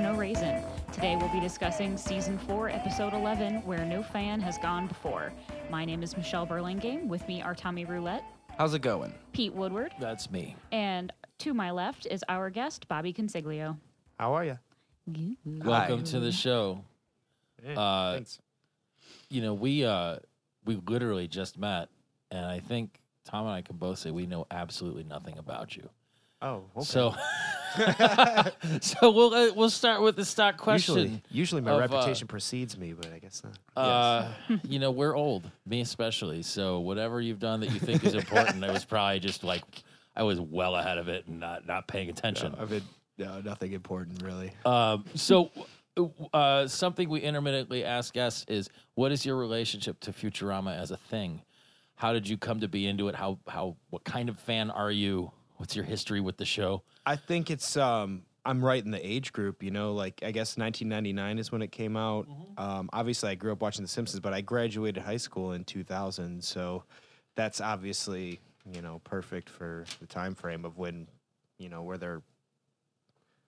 No Raisin. Today we'll be discussing Season 4, Episode 11, Where No Fan Has Gone Before. My name is Michelle Burlingame. With me are Tommy Roulette, How's it going? Pete Woodward, That's me. and to my left is our guest, Bobby Consiglio. How are you? Welcome to the show. Hey, Uh, thanks. You know, we uh we literally just met and I think Tom and I can both say we know absolutely nothing about you. Oh, okay. So So we'll uh, we'll start with the stock question. usually, usually my of, uh, reputation precedes me, but I guess not. Uh, you know, we're old, me especially. So whatever you've done that you think is important, I was probably just like I was well ahead of it and not not paying attention. I've been no, nothing important really. Um, so, uh, something we intermittently ask guests is, what is your relationship to Futurama as a thing? How did you come to be into it? How how what kind of fan are you? What's your history with the show? I think it's um I'm right in the age group, you know, like I guess 1999 is when it came out. Mm-hmm. Um, obviously I grew up watching The Simpsons, but I graduated high school in 2000, so that's obviously, you know, perfect for the time frame of when, you know, where there are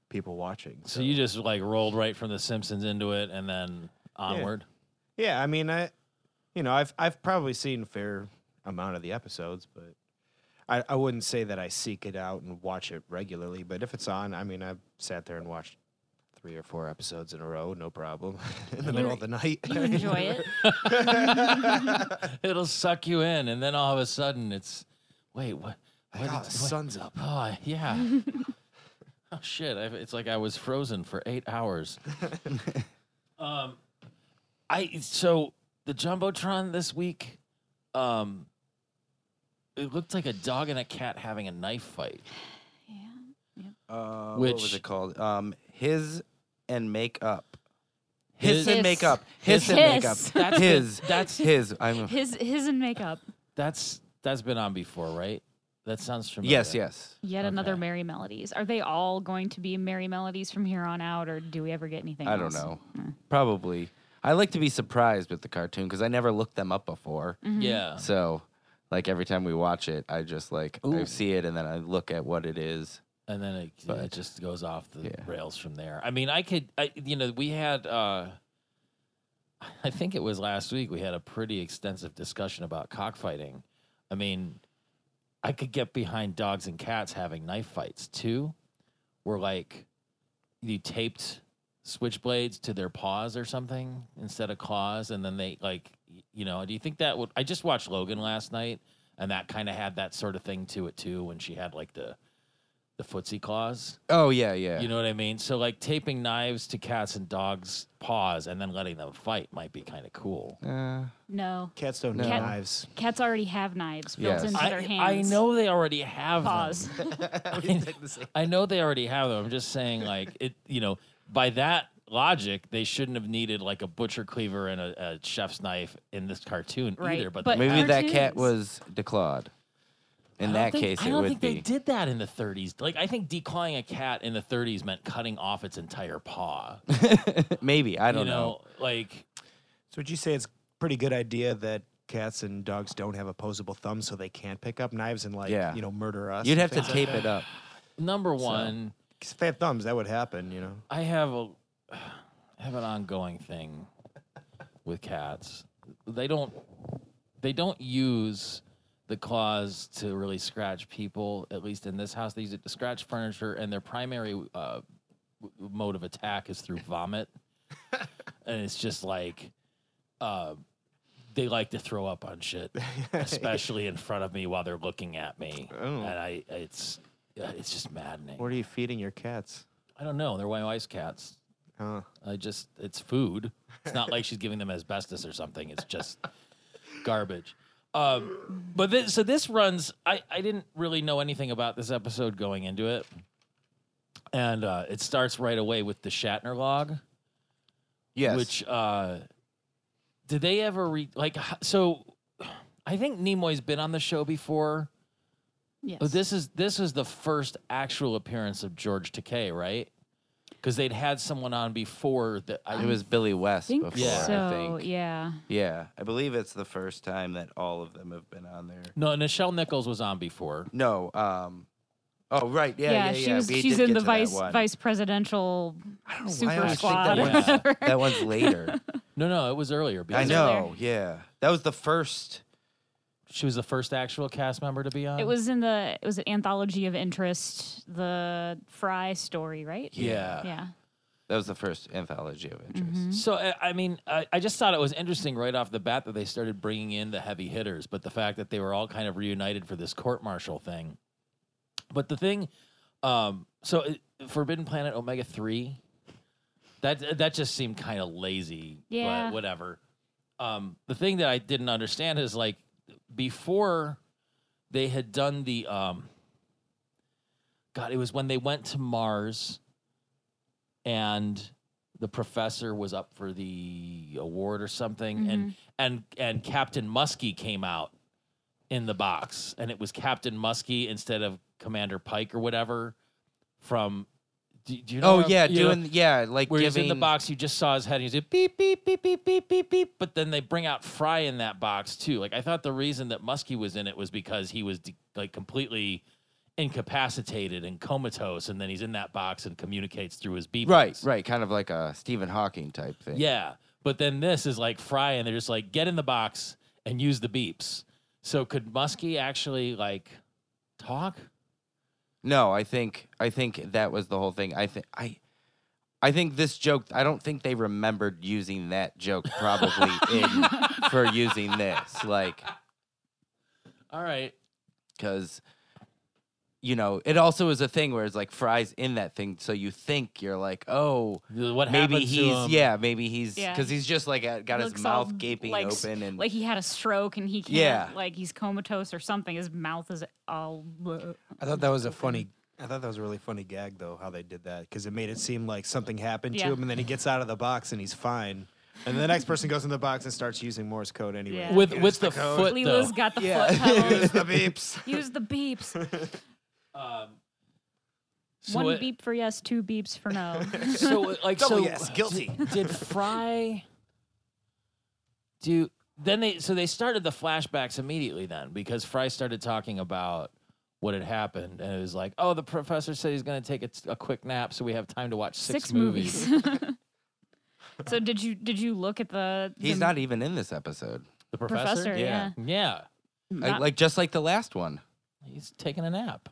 people watching. So you just like rolled right from The Simpsons into it, and then onward. Yeah, I mean, I, you know, I've I've probably seen a fair amount of the episodes, but I, I wouldn't say that I seek it out and watch it regularly. But if it's on, I mean, I've sat there and watched three or four episodes in a row, no problem, in the middle of the night. You enjoy it. It'll suck you in, and then all of a sudden, it's wait, what? what Like, "Oh, did- the what- sun's up. Oh I- yeah. oh shit! I, it's like I was frozen for eight hours. um, I so the jumbotron this week. Um, it looked like a dog and a cat having a knife fight. Uh, what was Which- it called? Um, his and make up. His, His- and make up. His, His. and make up. His. That's the- his. that's- his. I'm. His his and makeup. That's that's been on before, right? That sounds familiar. Yes. Yes. Yet another Okay. Merry Melodies. Are they all going to be Merry Melodies from here on out, or do we ever get anything? I else? don't know. Probably. I like to be surprised with the cartoon because I never looked them up before. Mm-hmm. Yeah. So, like every time we watch it, I just like I Ooh. see it and then I look at what it is. and then it, yeah, it But- just goes off the Yeah. rails from there. I mean, I could, I, you know, we had, uh, I think it was last week, we had a pretty extensive discussion about cockfighting. I mean, I could get behind dogs and cats having knife fights too, where like you taped switchblades to their paws or something instead of claws, and then they like, y- you know, do you think that would? I just watched Logan last night, and that kind of had that sort of thing to it too, when she had like the the footsie claws. Oh yeah, yeah. You know what I mean? So like taping knives to cats and dogs' paws and then letting them fight might be kind of cool. Uh, No. Cats don't No. have knives. Cats already have knives built Yes. into I, their I hands. know they already have them. Pause. I know they already have them. I'm just saying like it. You know, by that logic, they shouldn't have needed like a butcher cleaver and a, a chef's knife in this cartoon Right, either. But, but they maybe have- that cat cartoons. was declawed. In I don't that think- case, I it don't would think be. they did that in the 30s. Like I think declawing a cat in the 30s meant cutting off its entire paw. I Maybe I don't you know. Like So would you say it's a pretty good idea that cats and dogs don't have opposable thumbs, so they can't pick up knives and like Yeah. you know murder us? You'd and have to things like tape that? it up. number one. 'Cause If they had thumbs, that would happen. You know. I have a I have an ongoing thing with cats. They don't they don't use the claws to really scratch people. At least in this house, they use it to scratch furniture, and their primary uh, w- mode of attack is through vomit. and it's just like uh, they like to throw up on shit, especially in front of me while they're looking at me. Oh. And I it's it's just maddening. What are you feeding your cats? I don't know. They're my wife's cats. Huh. I just it's food. It's not like she's giving them asbestos or something. It's just garbage. Um, but this, so this runs. I I didn't really know anything about this episode going into it, and uh, it starts right away with the Shatner log, Yes. which uh, did they ever read? Like h- so, I think Nimoy's been on the show before. Yes. But this is this is the first actual appearance of George Takei, right? Because they'd had someone on before that. I, it was Billy West think before. Yeah. so. I think. Yeah. Yeah, I believe it's the first time that all of them have been on there. no, Nichelle Nichols was on before. No, um, Oh right, yeah, yeah, yeah. she was. We She's did in get the to that vice one. vice presidential Why super I always think squad. that or was- whatever. That one's later. No, no, it was earlier. I because know. Yeah, that was the first. She was the first actual cast member to be on. It was in the. It was an anthology of interest. The Fry story, right? Yeah. Yeah. That was the first anthology of interest. Mm-hmm. So I I mean, I, I just thought it was interesting right off the bat that they started bringing in the heavy hitters, but the fact that they were all kind of reunited for this court martial thing. But the thing, um, so it, Forbidden Planet Omega three, that that just seemed kind of lazy. Yeah. But whatever. Um, the thing that I didn't understand is like before they had done the um, God, it was when they went to Mars and the professor was up for the award or something and and and Captain Muskie came out in the box and it was Captain Muskie instead of Commander Pike or whatever from do, do you know Oh what I'm- yeah, you know, doing yeah, like where he's giving in the box, you just saw his head. And he's like beep beep beep beep beep beep beep. But then they bring out Fry in that box too. Like I thought the reason that Muskie was in it was because he was de- like completely incapacitated and comatose, and then he's in that box and communicates through his beep. Right, right, kind of like a Stephen Hawking type thing. Yeah. But then this is like Fry, and they're just like get in the box and use the beeps. So could Muskie actually like talk? No, I think I think that was the whole thing. I think I I think this joke I don't think they remembered using that joke probably in for using this. Like All right. cuz you know, it also is a thing where it's like fries in that thing so you think you're like, "Oh, What maybe happens to he's him? yeah, maybe he's Yeah. cuz he's just like uh, got his Looks all, mouth gaping like, s- open and Like he had a stroke and he can't. Yeah. Like he's comatose or something. His mouth is all. bleh. I thought that was a funny. I thought that was a really funny gag though, how they did that because it made it seem like something happened Yeah. to him, and then he gets out of the box and he's fine, and the next person goes in the box and starts using Morse code anyway. Yeah. With Here's with the, code. foot though. Leela's got the Yeah. foot pedal. Here's the beeps. Use the beeps. Um, so One it- beep for yes, two beeps for no. So like Double so Oh, yes, guilty. d- Did Fry do then they so they started the flashbacks immediately then because Fry started talking about what had happened and it was like, "Oh, the professor said he's going to take a, t- a quick nap so we have time to watch six, movies." so did you did you look at the? he's the not even in this episode. The professor. professor? yeah. Yeah. Yeah. I- Hmm. Not like just like the last one. He's taking a nap.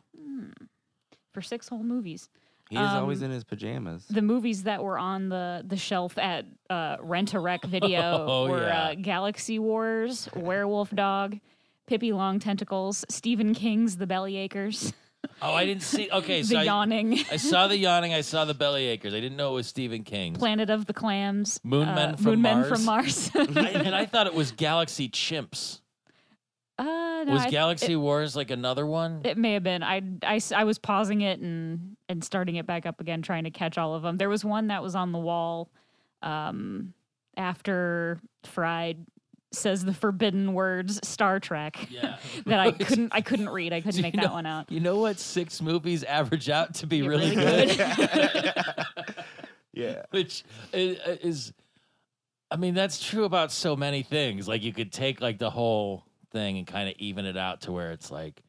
for six whole movies. He's always Um, in his pajamas. The movies that were on the the shelf at uh, Rent a Rec Video Oh, were yeah. uh, Galaxy Wars, Werewolf Dog, Pippi Long Tentacles, Stephen King's The Bellyachers, Oh, I didn't see. Okay, so The I, Yawning, I saw the yawning. I saw the belly acres. I didn't know it was Stephen King. Planet of the Clams, Moon uh, Men from Moon Men Mars. from Mars. uh, I- and I thought it was Galaxy Chimps. Uh, no, was I- Galaxy Wars like another one? It may have been. I, I s- I was pausing it and and starting it back up again, trying to catch all of them. There was one that was on the wall um, after Fried says the forbidden words Star Trek yeah. that I couldn't I couldn't read. I couldn't Do make you that know- one out. You know what? Six movies average out to be You're really, really good, Yeah. which i- i- is, I mean, that's true about so many things. Like you could take like the whole thing and kind of even it out to where it's like,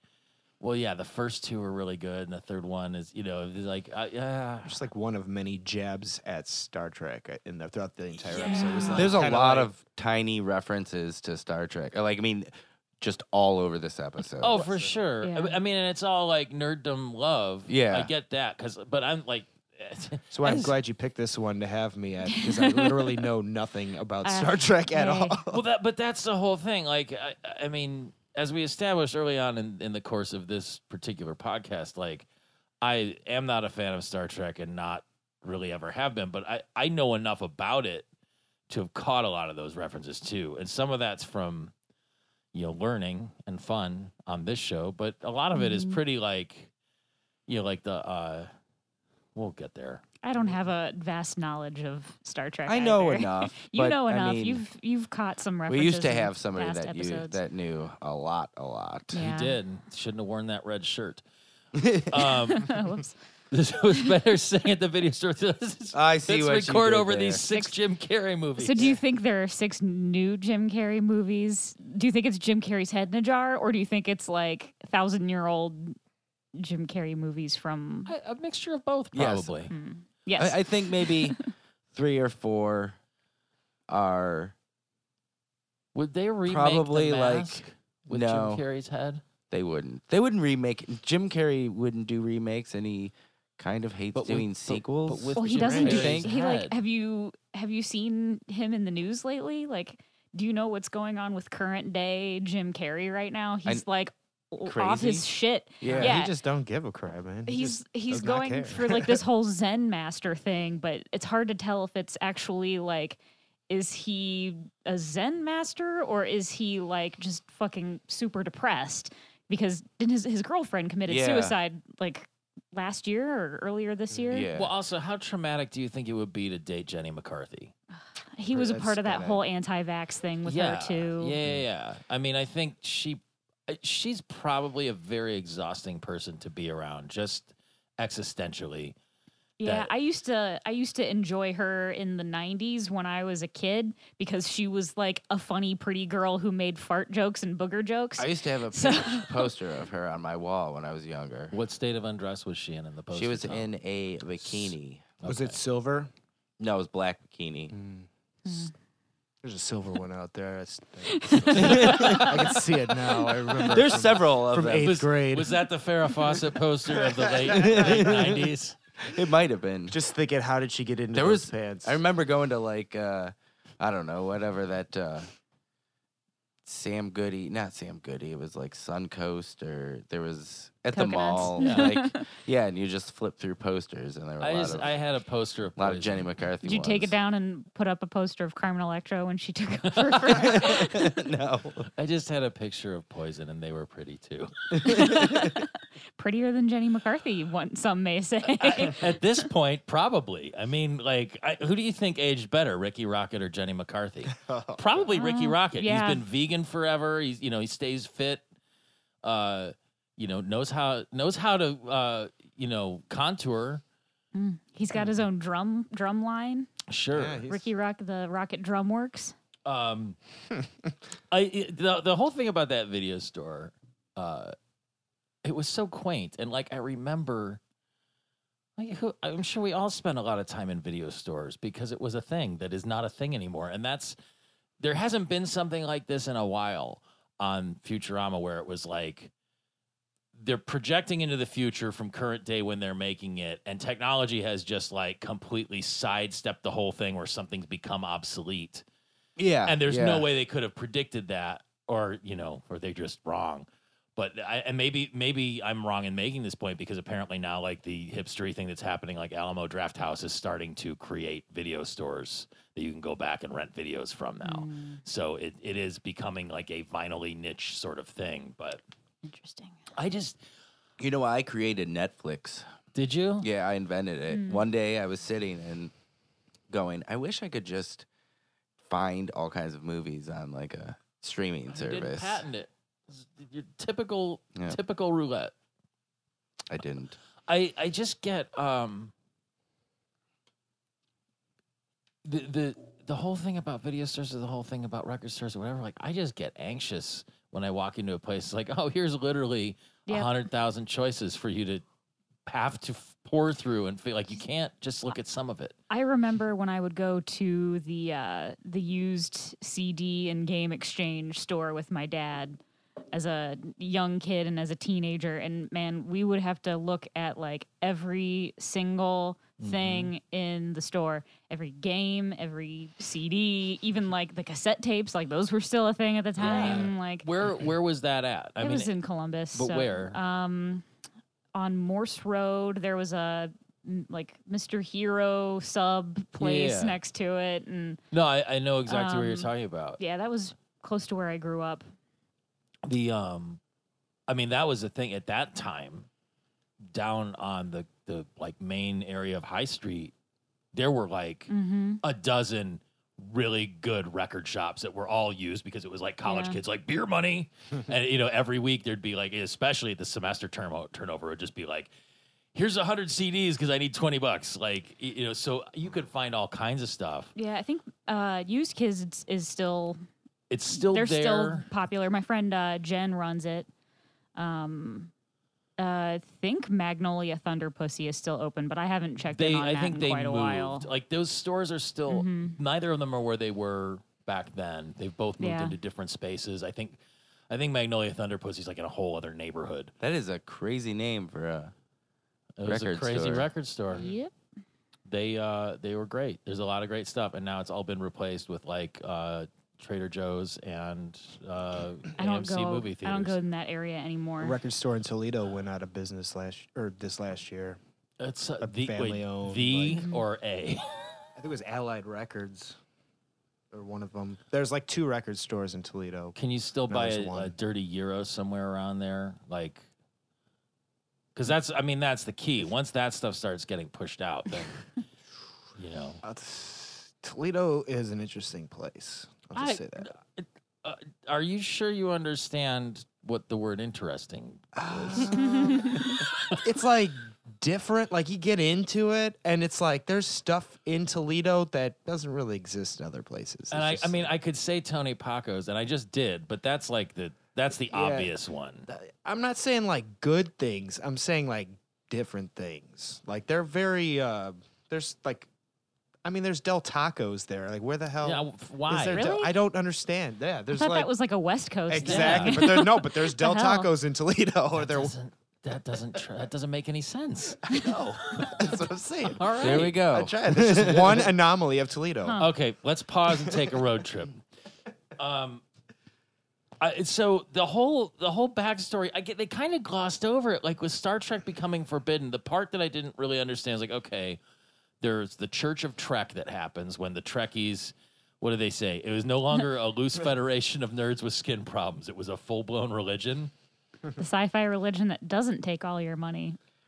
well, yeah, the first two are really good, and the third one is, you know, it's like, uh, yeah, Just like one of many jabs at Star Trek uh, in the, throughout the entire episode. It was like There's a kinda lot like- of tiny references to Star Trek. Like, I mean, just all over this episode. oh, for sure. I- Yeah. I mean, and it's all like nerddom love. Yeah. I get that, cause, but I'm like, So I'm as- glad you picked this one to have me at because I literally know nothing about Uh, Star Trek at hey. all. well that but that's the whole thing like i, I mean as we established early on in, in the course of this particular podcast like i am not a fan of star trek and not really ever have been but i i know enough about it to have caught a lot of those references too and some of that's from you know learning and fun on this show but a lot of it is Mhm. pretty like you know like the uh we'll get there I don't have a vast knowledge of Star Trek. I know either. enough. you but, know I enough. mean, you've you've caught some references. we used to in have somebody past that you episodes. that knew a lot, a lot. Yeah. he did shouldn't have worn that red shirt um Whoops. This was better sing at the video store. Let's, I see what let's you record did over there. these six Jim Carrey movies. So, do you think there are six new Jim Carrey movies? Do you think it's Jim Carrey's head in a jar, or do you think it's like thousand year old Jim Carrey movies from? hmm, I- A mixture of both, Yes. probably. Yes, I, I think maybe three or four are Would they remake Probably, the like, mask with no. Jim Carrey's head? they wouldn't. They wouldn't remake. Jim Carrey wouldn't do remakes, and he kind of hates But with- doing but- but sequels. with well, he Jim doesn't do. Carrey's He like head. have you have you seen him in the news lately? Like, do you know what's going on with current day Jim Carrey right now? He's like l- off Crazy? his shit. yeah. yeah. He just don't give a crap, man. He He's just he's does not going care. for like this whole Zen master thing, but it's hard to tell if it's actually like is he a Zen master or is he like just fucking super depressed because then his his girlfriend committed Yeah. suicide like last year or earlier Mm, this year. Yeah. Well, also, how traumatic do you think it would be to date Jenny McCarthy? He was a That's part of that bad. whole anti-vax thing with yeah. her too. Yeah, yeah, yeah. I mean, I think she uh, she's probably a very exhausting person to be around, just existentially. Yeah, that- I used to I used to enjoy her in the 90s when I was a kid because she was like a funny pretty girl who made fart jokes and booger jokes. I used to have a So- pic- poster of her on my wall when I was younger. What state of undress was she in in the post? She was in a bikini. Was it Mm. silver? No, it was black bikini. There's a silver one out there. That's, I can see it now. I remember. There's from- several of from them. eighth was, grade. Was that the Farrah Fawcett poster of the late late nineties? It might have been. Just thinking, how did she get into there those was pants? I remember going to like uh I don't know, whatever that uh Sam Goody, not Sam Goody, it was like Suncoast or there was at the Coconuts. mall. Yeah. Like yeah, and you just flip through posters and there were a I lot just of I had a poster of a lot of Poison. Jenny McCarthy. Did you take it down and put up a poster of Carmen Electra when she took over? for- down? no. I just had a picture of Poison, and they were pretty too. Prettier than Jenny McCarthy, one some may say. At this point, probably. I mean, like, I, who do you think aged better, Ricky Rocket or Jenny McCarthy? Probably Ricky Uh, Rocket. yeah. He's been vegan forever. He's you know he stays fit. Uh, you know knows how knows how to uh you know contour. Hmm. He's got his own drum drum line. Sure. Yeah, he's- Ricky Rock, the Rocket Drum Works. Um, I it- the the whole thing about that video store, uh, it was so quaint and like I remember. Like who, I'm sure we all spent a lot of time in video stores because it was a thing that is not a thing anymore, and that's there hasn't been something like this in a while on Futurama where it was like they're projecting into the future from current day when they're making it and technology has just like completely sidestepped the whole thing where something's become obsolete Yeah. and there's yeah. no way they could have predicted that or you know or they're just wrong but I, and maybe maybe i'm wrong in making this point because apparently now like the hipstery thing that's happening like alamo draft house is starting to create video stores that you can go back and rent videos from now Mm. so it, it is becoming like a vinyl niche sort of thing but Interesting. i just You know, I created Netflix. did you Yeah, I invented it. One day I was sitting and going, I wish I could just find all kinds of movies on like a streaming You didn't service. patent it It's your typical Yeah. typical roulette I didn't. I I just get um the the the whole thing about video stores or the whole thing about record stores or whatever. Like I just get anxious when I walk into a place. It's like, oh, here's literally a Yep. hundred thousand choices for you to have to f- pour through and feel like you can't just look at some of it. I remember when I would go to the uh, the used CD and game exchange store with my dad as a young kid and as a teenager, and man, we would have to look at like every single thing in the store, every game, every CD, even like the cassette tapes, like those were still a thing at the time. Like Where where was that at? I it mean, was in Columbus, but so, where? Um, on Morse Road, there was a mm, like Mr. Hero sub place Yeah. next to it, and no, I, I know exactly what you're um, talking about. yeah, that was close to where I grew up. the um i mean that was the thing at that time down on the the like main area of high street there were like Mm-hmm. a dozen really good record shops that were all used because it was like college Yeah. kids like beer money and you know every week there'd be like especially the semester term turnover would just be like here's 100 cds because i need 20 bucks like y- you know so you could find all kinds of stuff Yeah, I think uh, used kids is, is still it's still they're there still popular. My friend uh, Jen runs it. Um, uh, think Magnolia Thunder Pussy is still open, but I haven't checked They, in on I that think in they quite moved. a while. Mm-hmm. Like those stores are still. Neither of them are where they were back then. They've both moved Yeah. into different spaces. I think. I think Magnolia Thunder Pussy's like in a whole other neighborhood. That is a crazy name for a. It was Record a crazy store. record store. Yep. They uh they were great. There's a lot of great stuff, and now it's all been replaced with like uh Trader Joe's and uh I don't AMC go. movie I don't theaters. go in that area anymore. A record store in Toledo went out of business last or this last year. It's uh, a the wait, family-owned, the like- or a. I think it was Allied Records or one of them. There's like two record stores in Toledo. Can you still No, buy there's a, a one. dirty euro somewhere around there? Like, because that's I mean that's the key. Once that stuff starts getting pushed out, then you know. Uh, t- Toledo is an interesting place. I'll just I- say that. Uh, are you sure you understand what the word interesting? it's like different. Like you get into it, and it's like there's stuff in Toledo that doesn't really exist in other places. It's And I, just- I mean, I could say Tony Paco's, and I just did, but that's like the that's the Yeah. obvious one. I'm not saying like good things. I'm saying like different things. Like they're very uh there's like I mean there's Del Tacos there. Like where the hell Yeah, is f- why? there Del- Really? I don't understand. Yeah, I there's thought like that was like a West Coast. thing. Exactly. But there's no, but there's Del The hell? Tacos in Toledo or That there doesn't, that doesn't tr- that doesn't make any sense. no. That's what I'm saying. All right. There we I go. tried. There's just one anomaly of Toledo. Okay, let's pause and take a road trip. Um, I, so the whole the whole backstory, I get they kind of glossed over it, like with Star Trek becoming forbidden. The part that I didn't really understand is like, okay, there's the Church of Trek that happens when the Trekkies. What do they say? It was no longer a loose federation of nerds with skin problems. It was a full blown religion. The sci-fi religion that doesn't take all your money.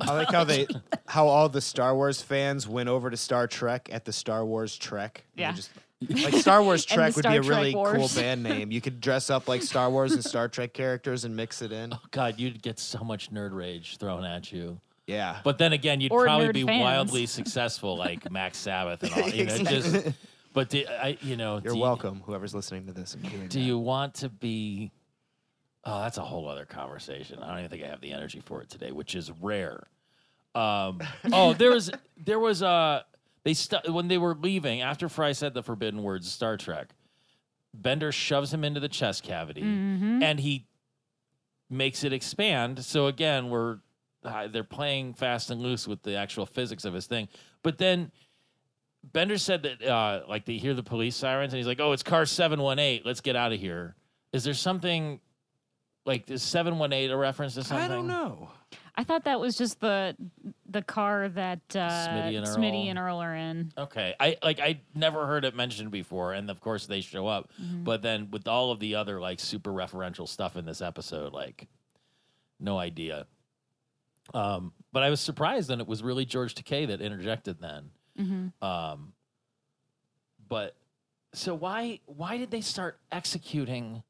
I like how they how all the Star Wars fans went over to Star Trek at the Star Wars Trek. and they Yeah. Just, like Star Wars And the Trek would be Star a Trek really cool Wars. band name. You could dress up like Star Wars and Star Trek characters and mix it in. God, you'd get so much nerd rage thrown at you. Yeah. But then again, you'd Or probably nerd be fans. wildly successful, like Max Sabbath and all. You know, just, but do, I, you know, You're do you- welcome, whoever's listening to this. And doing do that. you want to be? Oh, that's a whole other conversation. I don't even think I have the energy for it today, which is rare. Um, oh, there was there was uh they stu- when they were leaving after Fry said the forbidden words Star Trek. Bender shoves him into the chest cavity, Mm-hmm. Mm-hmm. and he makes it expand. So again, we're uh, they're playing fast and loose with the actual physics of his thing. But then Bender said that uh, like they hear the police sirens, and he's like, "Oh, it's car seven one eight. Let's get out of here." Is there something like is seven one eight a reference to something? I don't know. I thought that was just the the car that uh, Smitty and Earl. Smitty and Earl are in. Okay, I like I never heard it mentioned before, and of course they show up. Mm-hmm. But then with all of the other like super referential stuff in this episode, like no idea. Um, but I was surprised, and it was really George Takei that interjected then. Mm-hmm. Um, but so why why did they start executing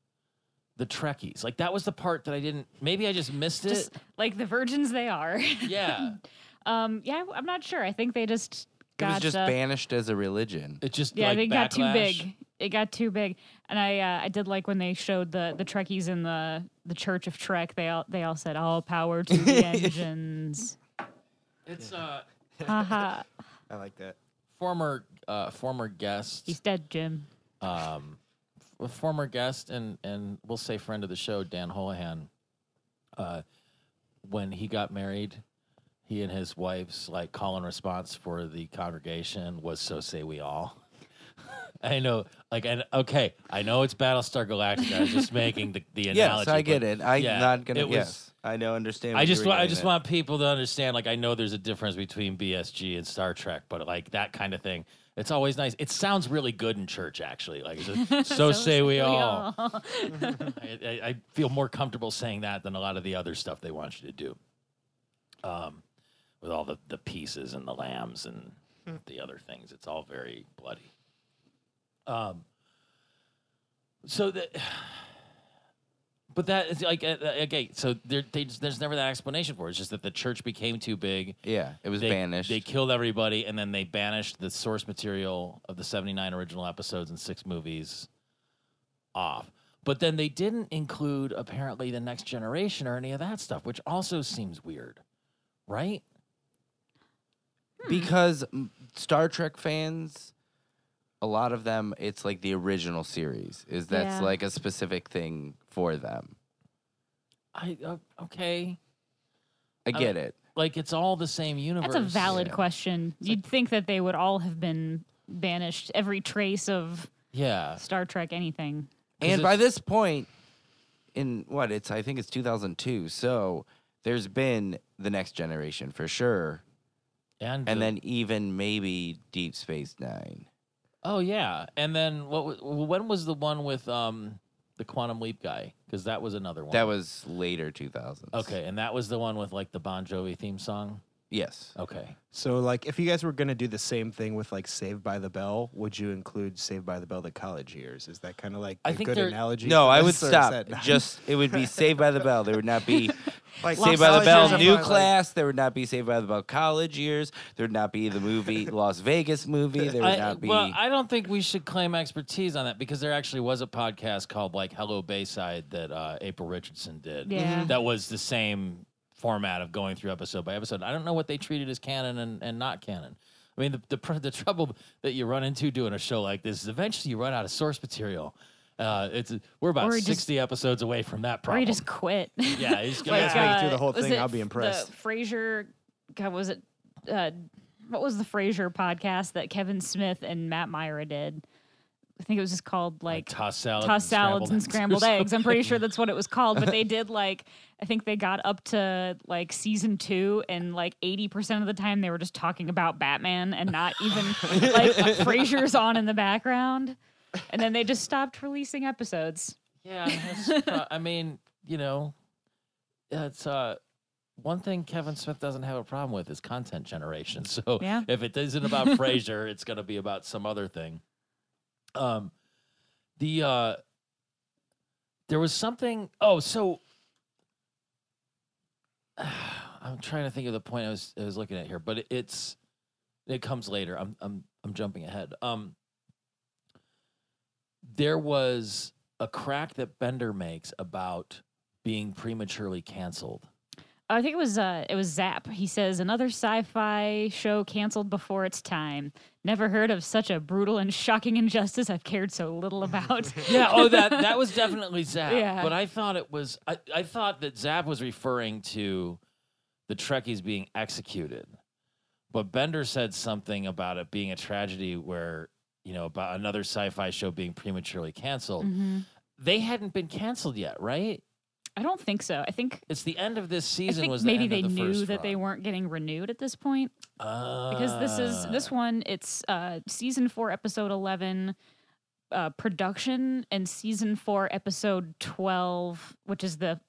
the Trekkies? Like that was the part that I didn't. Maybe I just missed it. Just like the virgins they are. yeah, um, yeah, I- I'm not sure. I think they just It got was just uh, banished as a religion. it just Yeah, like, they got too backlash. big. It got too big, and I uh, I did like when they showed the the Trekkies in the the Church of Trek. They all they all said all power to the engines. It's uh. Haha, I like that. former uh, former guest, he's dead, Jim. um, f- former guest, and and we'll say friend of the show, Dan Holahan. Uh, when he got married, he and his wife's like call and response for the congregation was "So say we all." I know, like, and okay, I know it's Battlestar Galactica. I was just making the the analogy. Yes, I get but it. I'm yeah, not gonna. it was- yes, I know. Understand. what I you just were want, I getting just at. want people to understand. Like, I know there's a difference between BSG and Star Trek, but like that kind of thing, it's always nice. It sounds really good in church, actually. Like, it's just, so, say we, all. I, I, I feel more comfortable saying that than a lot of the other stuff they want you to do, um, with all the the pieces and the lambs and the other things. It's all very bloody. Um. So that. But that is like uh, uh, okay. So there, they just, there's never that explanation for it. It's just that the church became too big. Yeah, it was They, banished. They killed everybody, and then they banished the source material of the 79 original episodes and six movies off. But then they didn't include apparently the next generation or any of that stuff, which also seems weird, right? because m- Star Trek fans, a lot of them, it's like the original series. Is that's Yeah. like a specific thing for them. I uh, okay, I Oh, get it. like it's all the same universe. That's a valid Yeah. question. You'd think that they would all have been banished, every trace of Yeah, Star Trek anything. And it's- by this point, in what it's, I think it's 2002. So there's been the Next Generation for sure, and and the- then even maybe Deep Space Nine. oh yeah, and then what? wa- w- When was the one with um the quantum leap guy? Because that was another one. That was later 2000s. okay, and that was the one with like the Bon Jovi theme song. Yes. Okay, So, like, if you guys were gonna do the same thing with like Saved by the Bell, would you include Saved by the Bell the college years? Is that kind of like I a think good they're- analogy? No, for I this, would or is stop. that not- Just it would be Saved by the Bell. There would not be like Lost Saved by College the Bell years. new Like, class. There would not be Saved by the Bell college years. There would not be the movie Las Vegas movie. There would I, not be. well, I don't think we should claim expertise on that because there actually was a podcast called like Hello Bayside that uh, April Richardson did. Yeah. Mm-hmm. that was the same format of going through episode by episode. I don't know what they treated as canon and, and not canon. I mean, the, the pr- the trouble that you run into doing a show like this is eventually you run out of source material. Uh, it's we're about Or you sixty just- episodes away from that Or you problem. just quit. yeah, he's gonna. Like, have- uh, make it through the whole was thing, it I'll be the impressed. Frasier, God, was it? Uh, what was the Frasier podcast that Kevin Smith and Matt Myra did? I think it was just called like, like toss salad, tossed salads and scrambled or eggs. I'm pretty sure that's what it was called. But they did like I think they got up to like season two, and like 80 percent of the time they were just talking about Batman and not even like Frasier's on in the background. And then they just stopped releasing episodes. Yeah, that's pro- I mean, you know, it's uh, one thing Kevin Smith doesn't have a problem with is content generation. So Yeah. if it isn't about Frasier, it's going to be about some other thing. Um, the uh, there was something. Oh, so I'm trying to think of the point I was I was looking at here, but it, it's it comes later. I'm I'm I'm jumping ahead. Um, there was a crack that Bender makes about being prematurely canceled. I think it was uh, it was Zap. He says another sci-fi show canceled before its time. Never heard of such a brutal and shocking injustice. I've cared so little about. Yeah. Oh, that that was definitely Zap. Yeah. But I thought it was. I, I thought that Zap was referring to the Trekkies being executed, but Bender said something about it being a tragedy where you know about another sci-fi show being prematurely canceled. Mhm. They hadn't been canceled yet, right? I don't think so. I think It's the end of this I season. think was the maybe end they of the knew first that they run. weren't getting renewed at this point. because this is Ah. this one it's uh season 4 episode 11 uh production and season 4 episode 12 which is the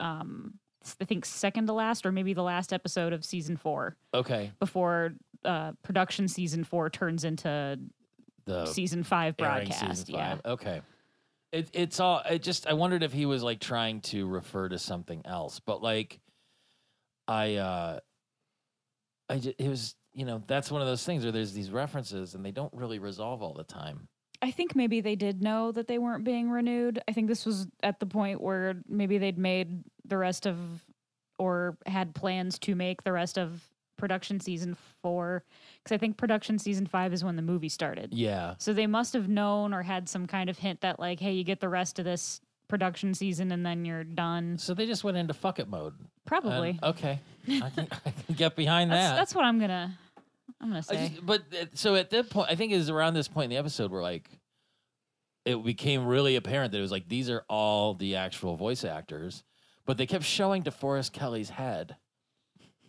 um s- i think second to last or maybe the last episode of season 4 Ah, Okay. before uh production season 4 turns into The season 5 Oh, airing broadcast season yeah five. Okay. It, it's all. I just I wondered if he was like trying to refer to something else, but like, I, uh I ju- it was you know that's one of those things where there's these references and they don't really resolve all the time. I think maybe they did know that they weren't being renewed. I think this was at the point where maybe they'd made the rest of or had plans to make the rest of production season four. Because I think production season five is when the movie started. Yeah. So they must have known or had some kind of hint that, like, hey, you get the rest of this production season and then you're done. So they just went into fuck it mode. And- uh, Probably. okay. I can, I can get behind that's, that. that's what I'm going to. I'm gonna I say just, but uh, so at that point, I think it was around this point in the episode where like it became really apparent that it was like these are all the actual voice actors, but they kept showing DeForest Kelly's head,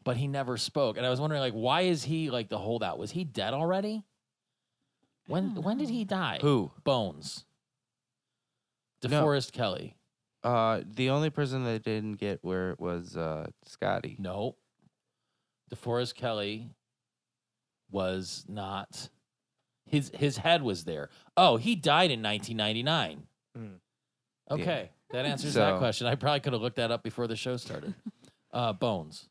but he never spoke, and I was wondering like why is he like the holdout? Was he dead already? When don't when did know. he die? Who? Bones. No. DeForest Kelly. Uh, the only person that didn't get where it was uh, Scotty. No. DeForest Kelly was not. His his head was there. Oh, he died in 1999. Hmm. Okay, that answers that So- question. I probably could have looked that up before the show started. uh, bones.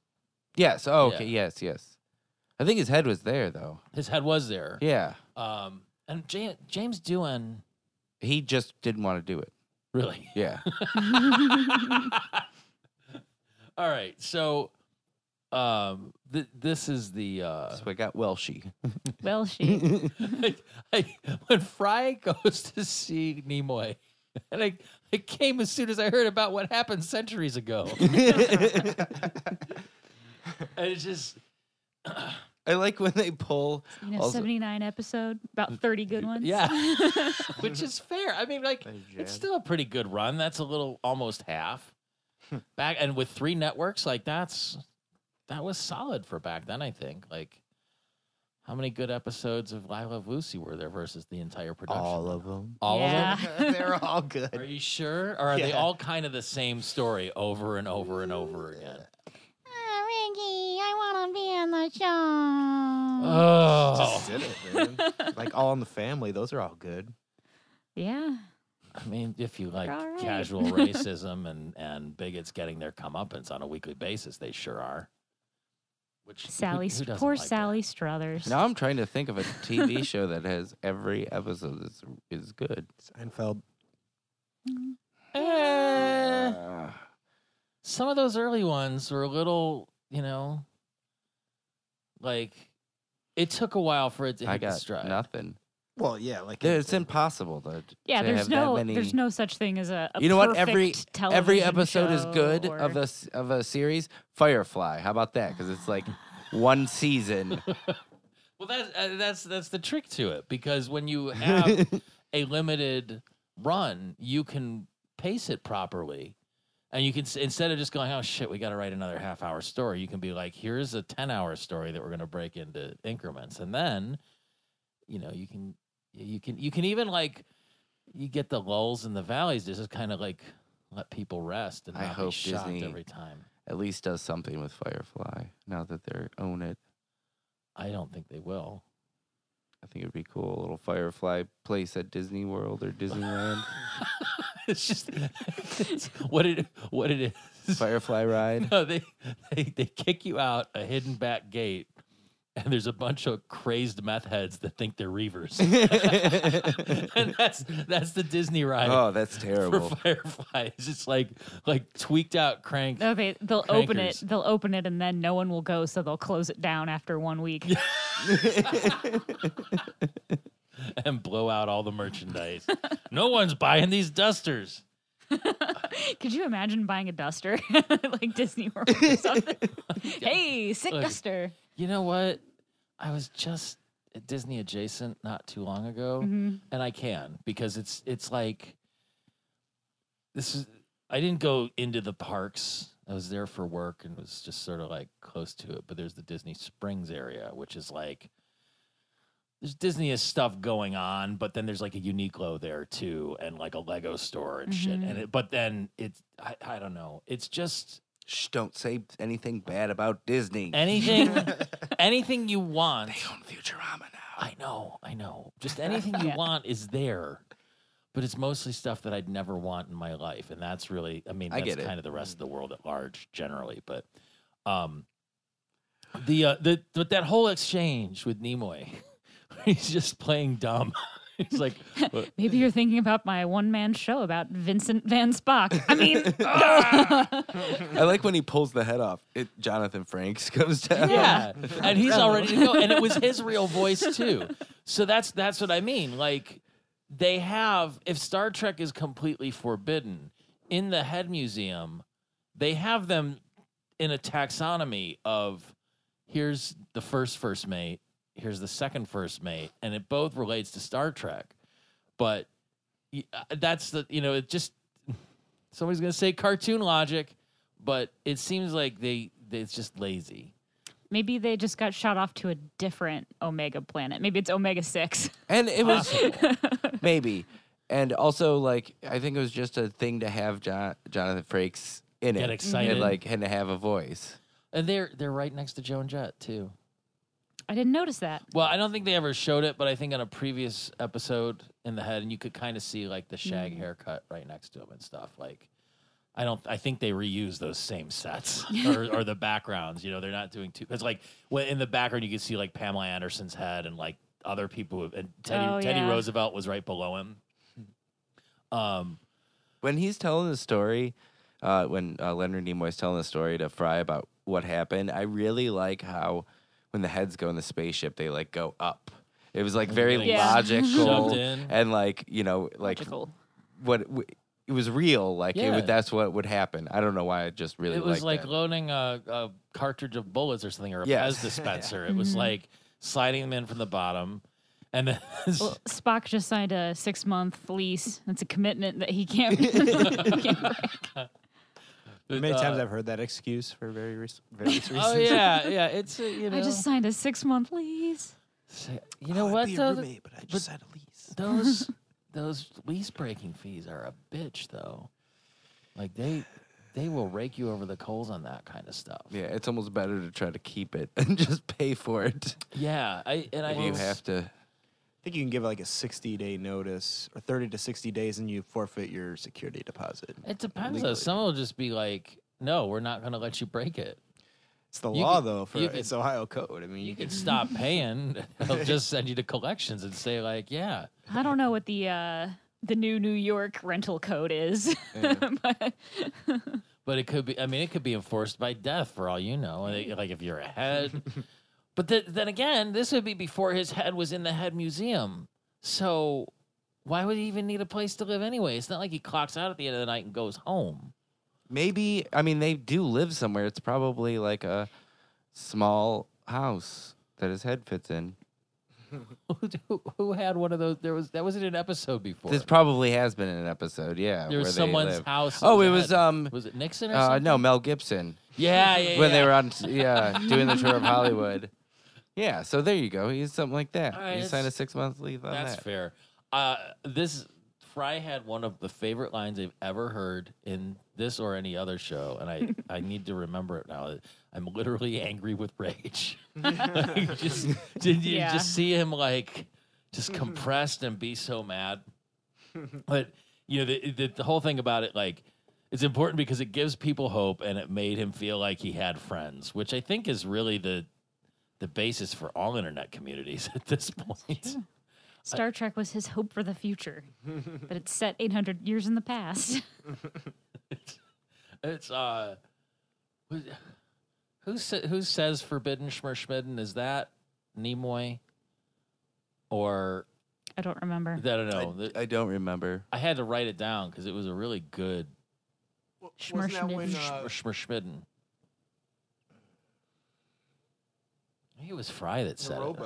Yes. Oh, okay. Yeah. Yes. Yes. I think his head was there though. His head was there. Yeah. Um, and James, James Doohan. He just didn't want to do it. Really. Yeah. All right. So um th- this is the uh So I got Welshie. well, she. I, I, when Fry goes to see Nimoy, and I, I came as soon as I heard about what happened centuries ago. and it's just I like when they pull. You know, Also- 79 episode, about 30 good ones. yeah, which is fair. I mean, like it's still a pretty good run. That's a little almost half back, and with three networks, like that's that was solid for back then. I think like. How many good episodes of Lila Vusi were there versus the entire production? of them. All of them? Yeah. They're all Are good. you sure? Or are they Yeah. all kind of the same story over and over and over again? Oh, I want to be on the show. Uh, Oh, Just did it, man. like all in the family. Those are all good. yeah. I mean, if you like All right. casual racism and and bigots getting their comeuppance on a weekly basis, they sure are. Which who- Sally, who doesn't poor like that? Sally Struthers. Now I'm trying to think of a TV show that has every episode is is good. Seinfeld. Eh, Uh, some of those early ones were a little, you know, like it took a while for it to hit I the got stride. nothing. Well, yeah, like It's impossible to. Yeah, to there's have no that many. there's no such thing as a, a you know what? Every perfect television every episode is show good or- of a s- of a series. Firefly. How about that? Because it's like one season. Well, that's uh, that's that's the trick to it because when you have a limited run, you can pace it properly, and you can s- instead of just going, "Oh shit, we got to write another half hour story," you can be like, "Here's a ten hour story that we're going to break into increments," and then, you know, you can you can you can even like you get the lulls and the valleys to just kind of like let people rest and I not be hope shocked Disney- every time. At least does something with Firefly. Now that they're own it, I don't think they will. I think it'd be cool. A little Firefly place at Disney World or Disneyland. it's just what it what it is. Firefly ride. No, they, they they kick you out a hidden back gate, and there's a bunch of crazed meth heads that think they're reavers, and that's that's the Disney ride Oh, that's for terrible. Firefly. It's just like like tweaked out crank. No, they they'll open it. Crankers. They'll open it, and then no one will go, so they'll close it down after one week. and blow out all the merchandise. no one's buying these dusters. Could you imagine buying a duster at, like Disney World or something? hey, sick Look. duster. You know what? I was just at Disney adjacent not too long Oh. ago, Mm-hmm. and I can because it's it's like this is. I didn't go into the parks. I was there for work and was just sort of like close to it. But there's the Disney Springs area, which is like there's Disney stuff going on, but then there's like a Uniqlo there too, and like a Lego store and shit. Mhm. And it, but then it's I, I don't know. It's just Shh, don't say anything bad about Disney. anything anything you want. They own Futurama now. I know, I know. Just anything you Yeah. want is there, but it's mostly stuff that I'd never want in my life, and that's really, I mean, I that's get it. Mm. kind of the rest of the world at large generally. But um, the uh, the but that whole exchange with Nimoy, he's just playing dumb. He's like, "What- Maybe you're thinking about my one man show about Vincent Van Spock. I mean, I like when he pulls the head off. It Jonathan Franks comes down. yeah, and he's already no, and it was his real voice too. So that's that's what I mean. Like they have, if Star Trek is completely forbidden in the head museum, they have them in a taxonomy of here's the first first mate, here's the second first mate, and it both relates to Star Trek, but y- uh, that's the you know it just somebody's gonna say cartoon logic. But it seems like they, they it's just lazy. maybe they just got shot off to a different Omega planet. Maybe it's Omega 6. And it was maybe. And also like I think it was just a thing to have John, Jonathan Frakes in it. Get excited. And like and to have a voice. And they're they're right next to Joan Jett too. I didn't notice that. Well, I don't think they ever showed it, but I think on a previous episode in the head, and you could kind of see like the shag haircut right next to him and stuff. Like, I don't. I think they reuse those same sets or, or the backgrounds. You know, they're not doing too. It's like when in the background you can see like Pamela Anderson's head and like other people. who- And Teddy Oh, Teddy yeah. Roosevelt was right below him. Um, when he's telling the story, uh, when uh, Leonard Nimoy's telling the story to Fry about what happened, I really like how when the heads go in the spaceship, they like go up. It was like very Yeah. logical Shoved in. and like you know like Logical. what w- it was real. Like it Yeah. would, that's what would happen. I don't know why I just really it was like liked that. loading a, a cartridge of bullets or something or a Yes. Pez dispenser. It Mm-hmm. was like sliding them in from the bottom, and then Well, Spock just signed a six month lease. That's a commitment that he can't. can't break. Many uh, times I've heard that excuse for very res- various reasons. Oh yeah, yeah. It's uh, you know. I just Oh, signed a six month lease. say- you know what though. th- but I but- signed a lease. Those those lease breaking fees are a bitch though. Like they they will rake you over the coals on that kind of stuff. Yeah, it's almost better to try to keep it and just pay for it Yeah, I and I if you it's- have to. I think you can give like a 60 day notice or 30 to 60 days and you forfeit your security deposit. It depends though. legally. Some will just be like, no, we're not going to let you break it. It's the you law could- though for you it's could- Ohio code. I mean, You you can could stop paying. They'll just send you to collections and say like, yeah, I don't know what the uh, the new New York rental code is. but but it could be. I mean, it could be enforced by death for all you know. and it- Like if you're ahead. but th- then again, this would be before his head was in the head museum. So why would he even need a place to live anyway? It's not like he clocks out at the end of the night and goes home. Maybe I mean they do live somewhere. It's probably like a small house that his head fits in. Who, who, who had one of those? There was that wasn't an episode before. This probably has been an episode, yeah. there was where they someone's live. house. Oh, it a was head. um was it Nixon or uh, something? no Mel Gibson Yeah, yeah. when they yeah. were on yeah doing the tour of Hollywood. Yeah, so there you go. He's something like that. All right, you sign a that's- six month leave on That's that. fair. Uh, this Fry had one of the favorite lines I've ever heard in this or any other show, and I, I need to remember it now. I'm literally angry with rage. Like, just did you Yeah. just see him like just compressed and be so mad? But you know the, the the whole thing about it like it's important because it gives people hope and it made him feel like he had friends, which I think is really the the basis for all internet communities at this point. Star Trek was his hope for the future, but it's set 800 years in the past. It's uh, who who, sa- who says forbidden schmerschmidden? Is that Nimoy? Or I don't I remember. don't know. The- I, I don't remember. had to write it down because it was a really good wasn't that when, uh, schmerschmidden. I think it was Fry that said it.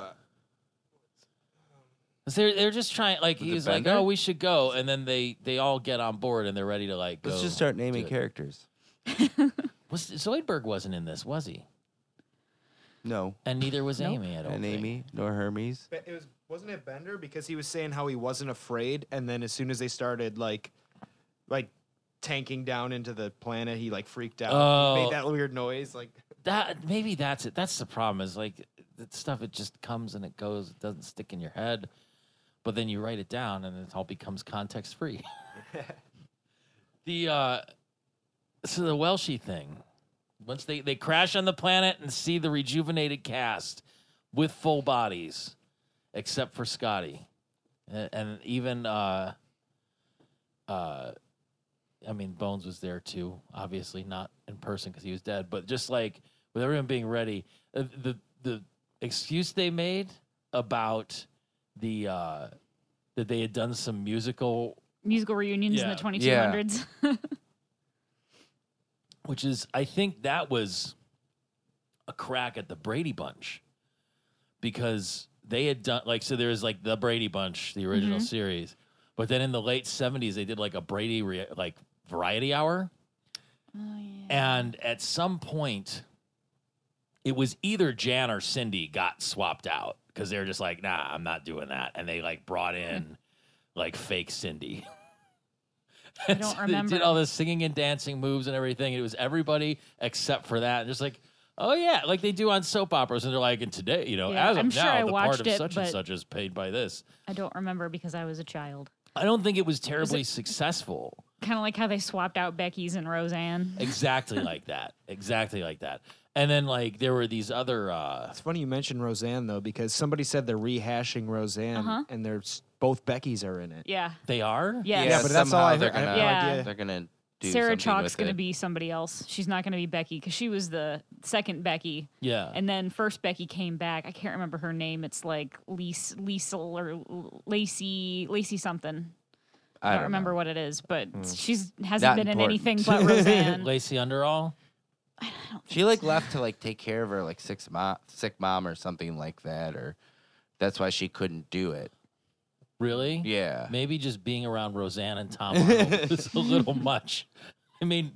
They're they're just trying like Was he it was like, Bender? oh, we should go, and then they they all get on board and they're ready to like. Let's go just start do naming it. characters. Was Zoidberg wasn't in this, was he? No, And neither was Nope. Amy. I don't and think. Amy nor Hermes. But it was wasn't it Bender because he was saying how he wasn't afraid, and then as soon as they started like, like tanking down into the planet, he like freaked out, He Oh. made that weird noise. Like that maybe that's it. That's the problem. Is like that stuff. It just comes and it goes. It doesn't stick in your head, but then you write it down, and it all becomes context free. the uh, so the Welshy thing. Once they they crash on the planet and see the rejuvenated cast with full bodies, except for Scotty, and, and even uh, uh, I mean, Bones was there too, obviously not in person because he was dead, but just like with everyone being ready, uh, the the excuse they made about the uh, that they had done some musical, Musical reunions in Yeah. the 2200s. which is I think that was a crack at the Brady Bunch because they had done like so there was like the Brady Bunch, the original Mhm. series, but then in the late seventies they did like a Brady re- like variety hour. oh, yeah. And at some point, it was either Jan or Cindy got swapped out because they were just like, nah, I'm not doing that. And they like brought in like fake Cindy. I don't They remember. did all this singing and dancing moves and everything. It was everybody except for that. And just like, oh yeah, like they do on soap operas. And they're like, and today, you know, Yeah, as of I'm sure now, I the part watched of it, such and but- such is paid by this. I don't remember because I was a child. I don't think it was terribly successful. Kind of like how they swapped out Becky's and Roseanne. exactly like that exactly like that And then like there were these other uh It's funny you mentioned Roseanne though, because somebody said they're rehashing Roseanne, Uh-huh. and there's both Beckys are in it. Yeah. they are? Yes. Yeah, but that's somehow all I they're heard. I have gonna, no Yeah. idea. They're gonna do Sarah something Chalk's with going to it. be somebody else. She's not going to be Becky because she was the second Becky, Yeah. and then first Becky came back. I can't remember her name. It's like Lise, Liesel or L- Lacey, Lacey something. I I don't don't remember Know. what Hmm. it is, but she's hasn't Not been in important. anything but Roseanne. Lacey Underall. She like left to like take care of her like six mom, sick mom or something like that, or that's why she couldn't do it. Really? Yeah. Maybe just being around Roseanne and Tom Arnold is a little much. I mean,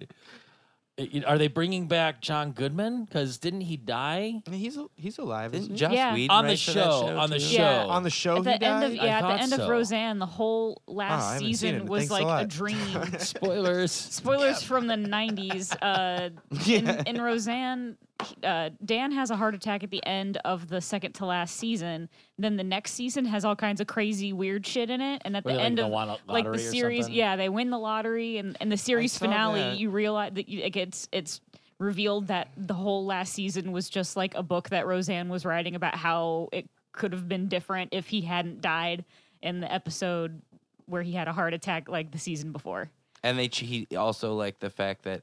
i- are they bringing back John Goodman? Because didn't he die I mean, he's al- he's alive, isn't Didn't he? Joss Yeah. Whedon on the write for that show? On the too? show. Yeah. On the show, at he the end of died? oh, I yeah, at thought the end so. of Roseanne, the whole Ah, I last haven't seen it, season but was thanks a like a, lot. dream. spoilers. Spoilers from the '90s. Uh, Yeah. in, in Roseanne, he- uh, Dan has a heart attack at the end of the second to last season. Then the next season has all kinds of crazy, weird shit in it. And at What, the like end the of lo- like the lottery or series, something? yeah, they win the lottery, and and the series saw finale, that. you realize that you, like it's it's revealed that the whole last season was just like a book that Roseanne was writing about how it could have been different if he hadn't died in the episode where he had a heart attack like the season before. And they ch- he also like the fact that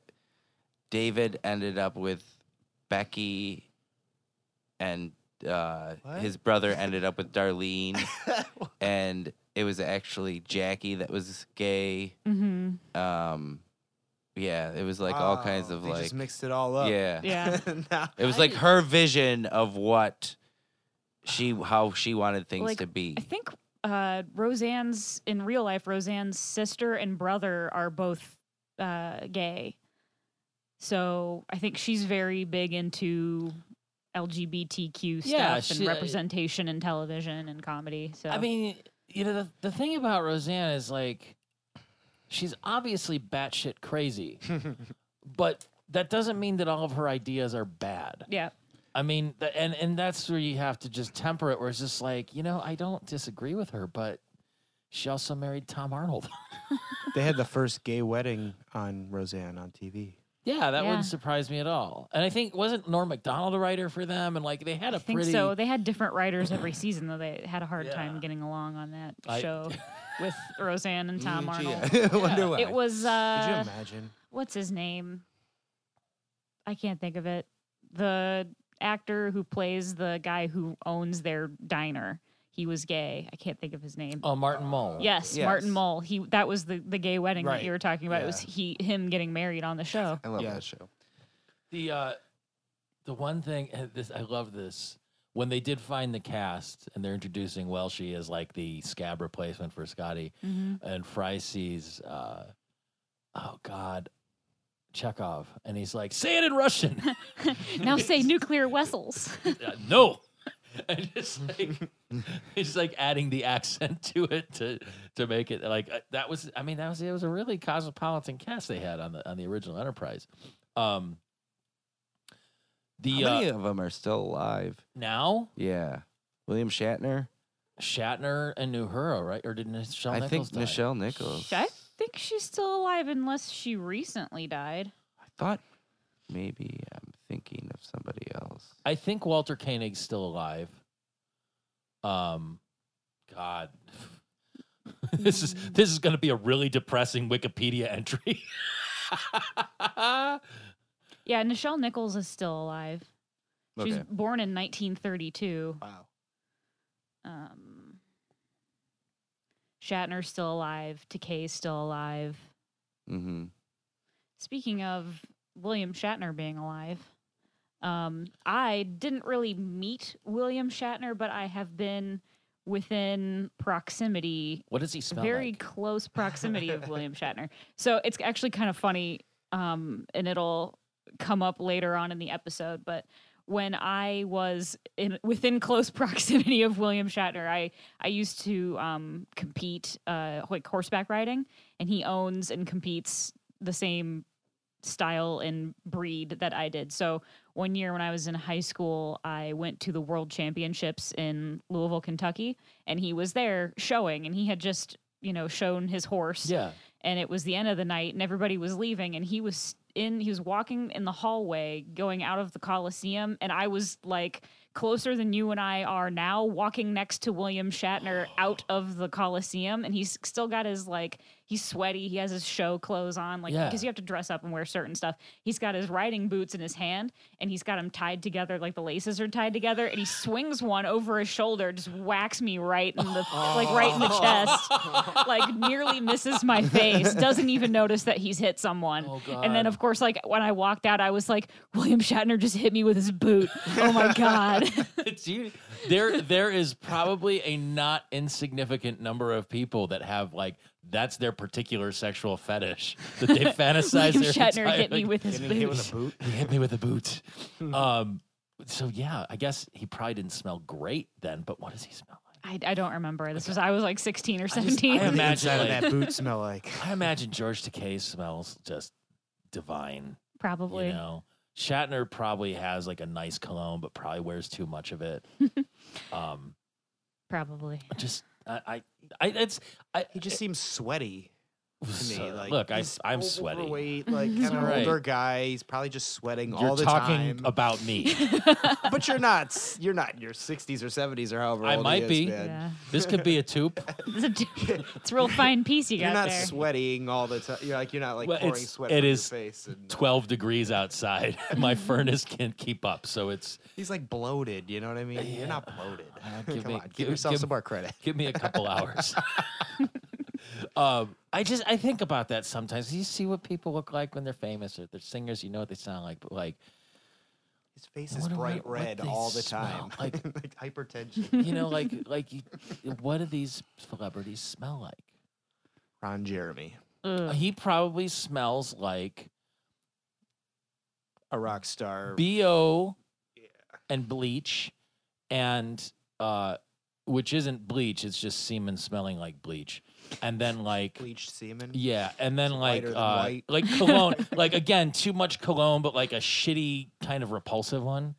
David ended up with Becky, and uh, What? his brother ended up with Darlene, and it was actually Jackie that was gay. Mm-hmm. Um, yeah, it was like all kinds Oh, of they like just mixed it all up. yeah. Yeah. Now- It was like her vision of what she how she wanted things Like, to be. I think uh, Roseanne's in real life, Roseanne's sister and brother are both uh, gay. So I think she's very big into LGBTQ stuff Yeah, she- uh, and representation in television and comedy. So I mean, you know, the, the thing about Roseanne is like, she's obviously batshit crazy, but that doesn't mean that all of her ideas are bad. yeah, I mean, th- and and that's where you have to just temper it, where it's just like, you know, I don't disagree with her, but she also married Tom Arnold. they had the first gay wedding on Roseanne on TV. yeah, that Yeah. wouldn't surprise me at all. And I think wasn't Norm Macdonald a writer for them, and like they had a I think pretty so. They had different writers every season, though they had a hard time Yeah. getting along on that I- Mm, show with Roseanne and Tom Arnold. I wonder why. It was uh, Could you imagine? what's his name? I can't think of it. The actor who plays the guy who owns their diner. He was gay. I can't think of his name. oh Martin Mull. yes, Martin yes. Mull. He that was the the gay wedding that Right, you were talking about. It was yeah. he him getting married on the show. I love Yeah. that show. The uh, the one thing and this I love this when they did find the cast and they're introducing Welshie as like the scab replacement for Scotty, and Fry sees, uh, oh God, Chekhov, and he's like, say it in Russian. Now say nuclear vessels. Uh, no. And just like it's like adding the accent to it to to make it like uh, that was I mean that was it was a really cosmopolitan cast they had on the on the original Enterprise. Um the How many uh, of them are still alive? now Yeah, William Shatner. Shatner and Uhura, right? Or did Michelle I Nichols think die? Michelle Nichols. I think she's still alive unless she recently died. I thought maybe I'm thinking of somebody else. I think Walter Koenig's still alive. Um, God, this is this is going to be a really depressing Wikipedia entry. Yeah, Nichelle Nichols is still alive. She was Okay. born in 1932. Wow. um, Shatner's still alive. Takei's still alive. Mm-hmm. Speaking of William Shatner being alive, um, I didn't really meet William Shatner, but I have been within proximity what does he smell very like? close proximity of William Shatner. So it's actually kind of funny, um, and it'll come up later on in the episode. But when I was in within close proximity of William Shatner, I I used to um, compete uh, like horseback riding, and he owns and competes the same style and breed that I did. So one year when I was in high school, I went to the World Championships in Louisville, Kentucky, and he was there showing, and he had just you know shown his horse, Yeah, and it was the end of the night and everybody was leaving and he was in he was walking in the hallway going out of the coliseum and i was like closer than you and i are now walking next to william shatner out of the coliseum and he's still got his like he's sweaty he has his show clothes on like Yeah. because you have to dress up and wear certain stuff he's got his riding boots in his hand and he's got them tied together like the laces are tied together and he swings one over his shoulder just whacks me right in the like right in the chest like nearly misses my face, doesn't even notice that he's hit someone. Oh, And then God. of course, like when I walked out, I was like, William Shatner just hit me with his boot. Oh my God. It's you- there there is probably a not insignificant number of people that have like that's their particular sexual fetish that they fantasize William their Shatner entire- hit me with his Getting hit with boot. a boot. he hit me with a boot. um so yeah, I guess he probably didn't smell great then, but what does he smell like? I, I don't remember. This was I was like sixteen or just- seventeen. I What did the imagine, inside of like- that boot smell like? I imagine George Takei smells just divine. probably. You know, Shatner probably has like a nice cologne, but probably wears too much of it. um, Probably. just I, I, I it's I He just seems sweaty to me. so- Like look, I, he's I'm sweaty. Overweight, like kind of Right. older guy. He's probably just sweating You're all the talking time. about me. but you're not. s- You're not in your 60s or 70s or however I old might he is, be. man. Yeah. this could be a toop. It's a, it's a real fine piece you You're got not there. sweating all the time. You're like you're not like Well, pouring it's- sweat it from is your face. And, 12 degrees outside. My furnace can't keep up, so it's he's like bloated. You know what I mean? You're not bloated. Uh, give Come me- on, give, give- yourself give- some more credit. give me a couple hours. um, I just I think about that sometimes. You see what people look like when they're famous or they're singers. You know what they sound like, but like His face I is wonder what- bright what red they all the smell time. like. like hypertension. you know, like like you, what do these celebrities smell like? Ron Jeremy, Ugh. He probably smells like a rock star. bo and bleach, and uh, which isn't bleach. It's just semen smelling like bleach, and then like bleached semen. Yeah, and then It's like lighter than uh, white. like cologne, like again, too much cologne, but like a shitty kind of repulsive one.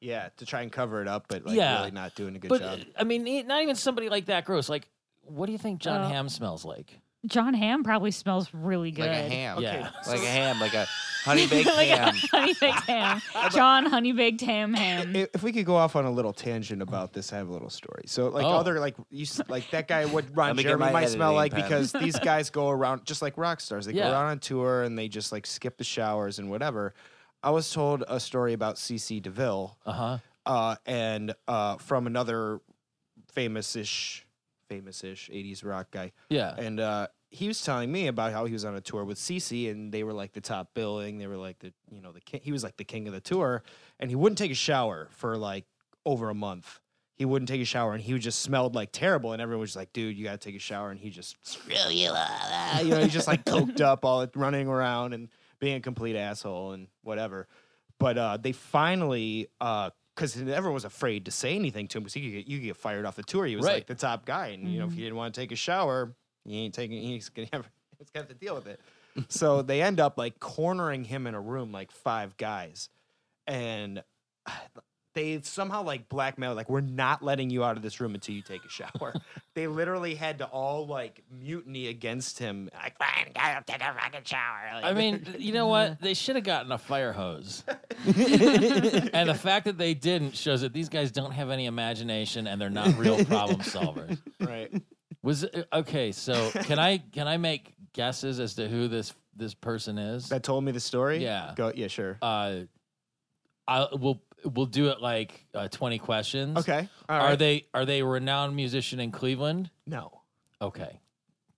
Yeah, to try and cover it up, but like Yeah. really not doing a good but job. I mean, e- not even somebody like that gross. Like, what do you think John Uh, Oh. Ham smells like? John Ham probably smells really good. Like a ham. Yeah. Like a ham, like a honey baked Like a ham. honey baked ham. John honey baked ham mm. ham. I- If we could go off on a little tangent about this, I have a little story. So, like Oh. other like you s- like that guy, what Ron Let me get Jeremy my might smell editing like pen. because these guys go around just like rock stars. They Yeah. go around on tour and they just like skip the showers and whatever. I was told a story about CC DeVille Uh huh. uh, and uh, from another famous-ish, famous-ish '80s rock guy, Yeah. and uh, he was telling me about how he was on a tour with Cece, and they were like the top billing. They were like the you know the king, he was like the king of the tour, and he wouldn't take a shower for like over a month. He wouldn't take a shower, and he would just smelled like terrible. And everyone was just like, "Dude, you gotta take a shower." And he just screw you, ah, ah," you know, he's just like coked up, all running around and being a complete asshole and whatever. But uh, they finally, uh, because everyone was afraid to say anything to him because he could get, you could get fired off the tour. He was Right. like the top guy, and you know if you didn't want to take a shower, he ain't taking. He's gonna have he's gonna have to deal with it. so they end up like cornering him in a room, like five guys, and uh, they somehow like blackmail like we're not letting you out of this room until you take a shower. they literally had to all like mutiny against him. Like fine, I'll take a fucking shower. Like, I mean, you know what? They should have gotten a fire hose. and the fact that they didn't shows that these guys don't have any imagination and they're not real problem solvers. right? Was it, okay. So can I can I make guesses as to who this this person is? That told me the story. Yeah. Go. Yeah. Sure. uh, I we'll we'll do it like uh, twenty questions. okay. All Are right. they are they a renowned musician in Cleveland? no. Okay.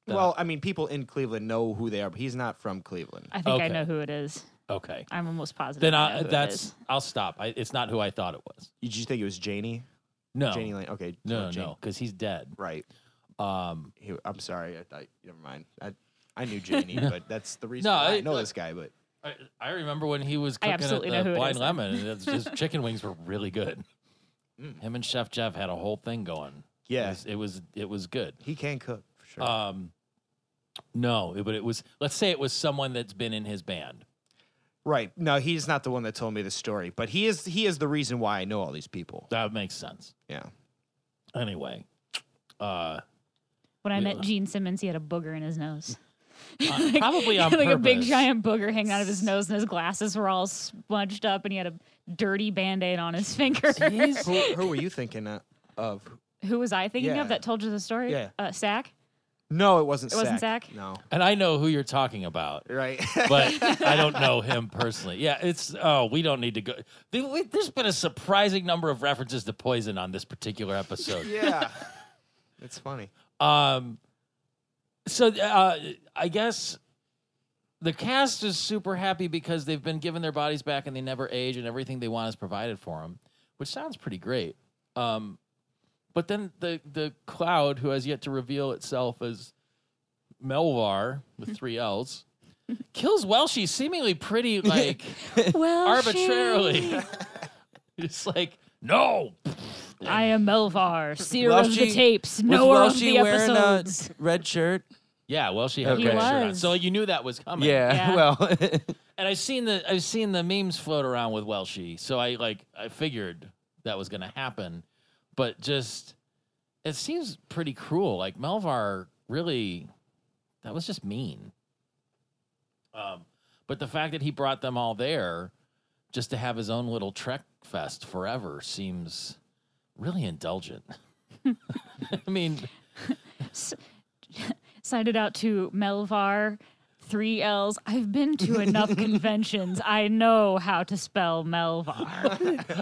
The- Well, I mean, people in Cleveland know who they are, but he's not from Cleveland. I think I Okay. know who it is. Okay. I'm almost positive. Then I, know I who it that's is. I'll stop. I, it's not who I thought it was. Did you think it was Janie? No. Janie Lane. Okay. no, no, Janie. no, because he's dead. Right. Um, He, I'm sorry. I, I, never mind. I, I knew Janie, but that's the reason No, why I, I- know look- this guy. But I, I remember when he was cooking at absolutely know who the it Blind is. Lemon, and it's his chicken wings were really good. Him and Chef Jeff had a whole thing going. It yeah, was it was, it was good. he can cook for sure. Um, no, it- but it was. Let's say it was someone that's been in his band. right. No, he's not the one that told me the story, but he is. He is the reason why I know all these people. That makes sense. Yeah. Anyway, uh, When I we- met Gene Simmons, he had a booger in his nose. Uh, probably on like a big purpose. giant booger hanging out of his nose, and his glasses were all smudged up, and he had a dirty band aid on his finger. who, who were you thinking uh, of? Who was I thinking Yeah. of that told you the story? Yeah. Uh, Sack? No, it wasn't. It wasn't Zach? No, And I know who you're talking about, right. but I don't know him personally. Yeah, it's oh, we don't need to go. There- we- There's been a surprising number of references to poison on this particular episode. yeah, it's funny. Um, so uh, I guess the cast is super happy because they've been given their bodies back and they never age, and everything they want is provided for them, which sounds pretty great. Um, but then the the cloud, who has yet to reveal itself as Melvar with three L's, kills Welshie seemingly pretty like well, arbitrarily. It's like no, I am Melvar, seer of the Welshie- tapes, Was knower of Welshie the wearing a episodes. red shirt? yeah, Welshie had He a red shirt on, was. so you knew that was coming. Yeah, Yeah. well, And I've seen the I've seen the memes float around with Welshie, so I like I figured that was gonna happen, but just it seems pretty cruel. Like Melvar really, that was just mean. Um, but the fact that he brought them all there just to have his own little trek fest forever seems really indulgent. I mean, Signed it out to Melvar, three L's. I've been to enough conventions. I know how to spell Melvar.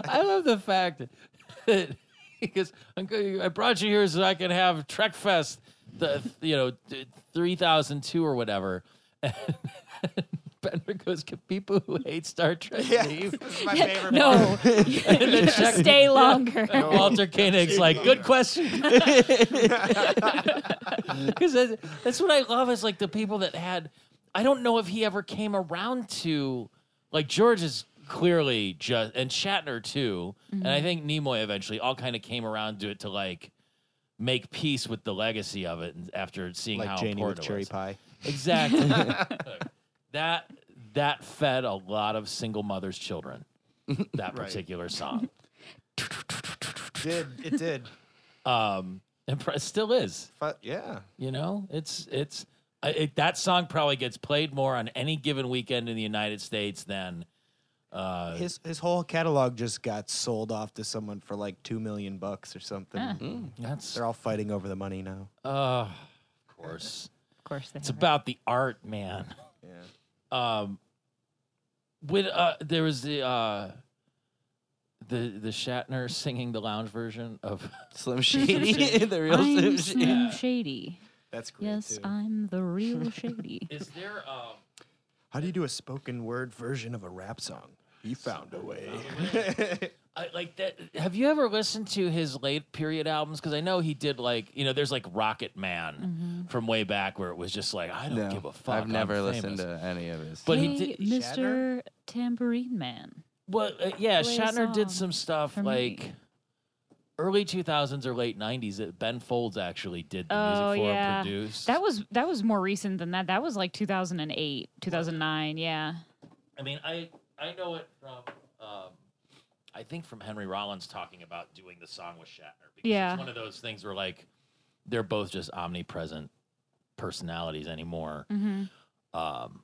I love the fact that because I brought you here so I can have Trek Fest, the you know three thousand two or whatever. And Bender goes, "Can people who hate Star Trek leave?" This is my favorite. no, stay longer. Walter Koenig's like, "Good question," because that's, that's what I love is like the people that had. I don't know if he ever came around to, like George is clearly just and Shatner too, and I think Nimoy eventually all kind of came around to it to like make peace with the legacy of it and after seeing how like Janie important with it cherry was. pie. Exactly. that that fed a lot of single mothers' children. That particular song. Did it did? um and pr- still is Fu- yeah. you know it's it's I- it, that song probably gets played more on any given weekend in the united states than uh His his whole catalog just got sold off to someone for like two million bucks or something. Ah. that's Mm. They're all fighting over the money now. uh of course Of course, they it's have it. about the art man Yeah. um with uh there was the uh the the shatner singing the lounge version of Slim Shady, the real I'm Slim Shady. Slim Shady. That's great Yes, uh, too. I'm the real Shady. is there um How do you do a spoken word version of a rap song? You found a way. I, like that. Have you ever listened to his late period albums? Because I know he did like you know, there's like Rocket Man Mm-hmm. from way back where it was just like I don't No, give a fuck. I've I'm never famous. listened to any of his. But he hey, did- Mr. Tambourine Man. Well, uh, yeah, Play a Shatner did song some stuff for like me. early 2000s or late 90s. That Ben Folds actually did the Oh, music for yeah. and produced. That was that was more recent than that. That was like 2008, 2009. Yeah. I mean, I I know it from um, I think from Henry Rollins talking about doing the song with Shatner. Because Yeah. it's one of those things where like they're both just omnipresent personalities anymore. Mm-hmm. um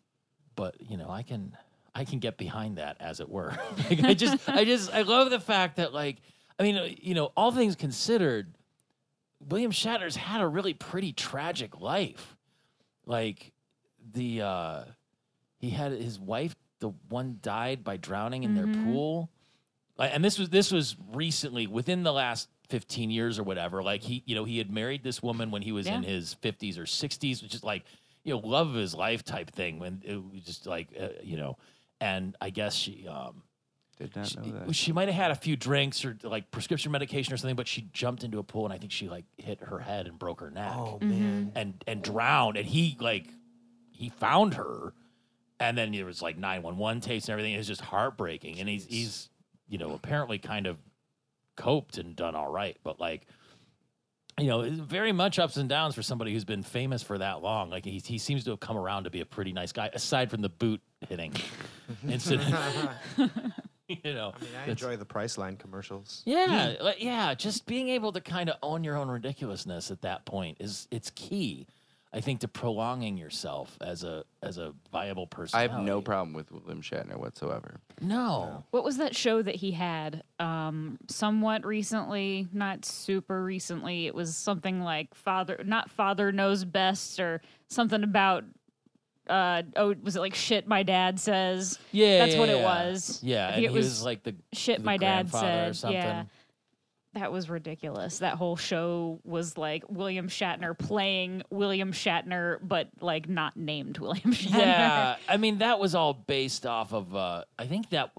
but you know i can i can get behind that as it were like, i just i just i love the fact that like i mean uh, you know all things considered william shatner's had a really pretty tragic life like the uh he had his wife the one died by drowning in their Mhm. pool Like, and this was this was recently within the last 15 years or whatever like he you know he had married this woman when he was in Yeah. his 50s or 60s which is like you know love of his life type thing when it was just like uh, you know and i guess she um Did not she, know that. she might have had a few drinks or like prescription medication or something but she jumped into a pool and i think she like hit her head and broke her neck Oh Mm-hmm. man. and and drowned and he like he found her and then there was like 911 tapes and everything it was just heartbreaking and he's he's you know apparently kind of coped and done all right but like you know it's very much ups and downs for somebody who's been famous for that long like he, he seems to have come around to be a pretty nice guy aside from the boot hitting incident Uh-huh. you know I mean, I That's- enjoy the Priceline commercials. yeah, like, yeah. Just being able to kind of own your own ridiculousness at that point is it's key. I think to prolonging yourself as a as a viable person. I have no problem with William Shatner whatsoever. No. What was that show that he had? Um, somewhat recently, not super recently. It was something like Father, not Father Knows Best, or something about. Uh, oh, was it like shit? My dad says Yeah, That's yeah, what it yeah. was. I Yeah, and think he it was, was like the shit. the my dad grandfather said, or something. yeah. That was ridiculous. That whole show was like William Shatner playing William Shatner, but like not named William Shatner. yeah i mean that was all based off of uh i think that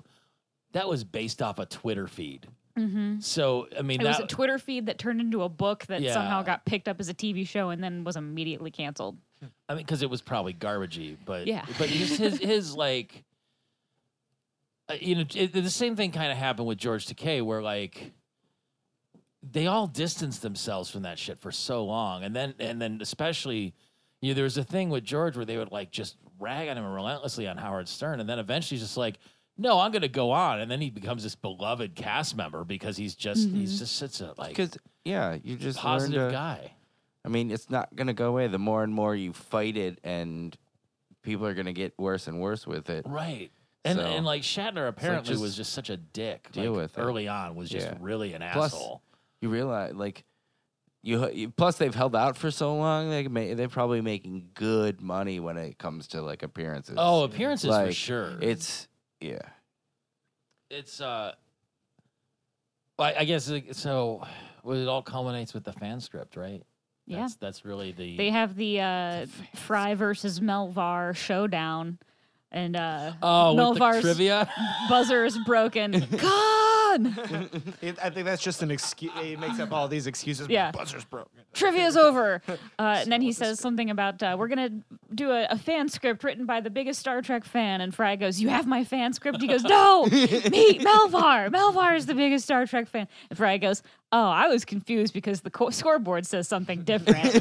that was based off a twitter feed mm-hmm. so i mean It was that a Twitter feed that turned into a book that somehow Yeah. got picked up as a TV show and then was immediately canceled. i mean because it was probably garbagey but Yeah. but just his his like uh, you know it, the same thing kind of happened with george takei where like they all distanced themselves from that shit for so long and then and then especially you know there was a thing with george where they would like just rag on him relentlessly on howard stern and then eventually he's just like no i'm gonna go on and then he becomes this beloved cast member because he's just he's just such a like Because yeah, you just learn positive to- guy I mean, it's not gonna go away. The more and more you fight it, and people are gonna get worse and worse with it. right and, So- and like Shatner apparently just was just such a dick. deal like, with it. early on was just Yeah. really an Plus- asshole. You realize, like, you, you plus they've held out for so long. They can ma- they're probably making good money when it comes to like appearances. Oh, appearances for like, sure. it's yeah. it's uh I, I guess like, so well, it all culminates with the fan script right Yeah. that's, that's really the They have the uh, Fry versus Melvar showdown, and uh, oh with the Melvar's trivia buzzer is broken. Gone! It- I think that's just an excuse. He makes up all these excuses. Yeah. buzzer's broken. Trivia's over. Uh, and then he says something about uh, we're gonna do a, a fan script written by the biggest Star Trek fan, and Fry goes, "You have my fan script." He goes, "No, me, Melvar. Melvar is the biggest Star Trek fan." And Fry goes, "Oh, I was confused because the co- scoreboard says something different."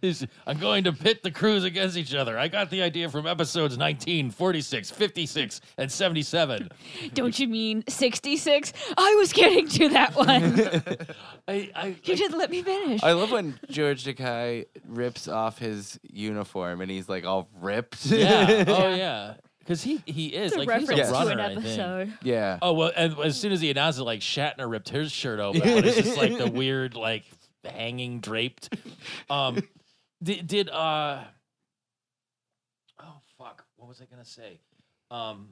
It's- i'm going to pit the crews against each other i got the idea from episodes 19 46 56 and 77 Don't you mean sixty-six? I was getting to that one. i i you didn't let me finish. I love when George Takei rips off his uniform and he's like all ripped. yeah oh yeah because he he is It's a like he's reference a to runner an i think episode. yeah. Oh well, and as soon as he announced it, like Shatner ripped his shirt open. It was just like the weird, like hanging draped. Um, did, did uh, oh fuck, what was I gonna say? Um,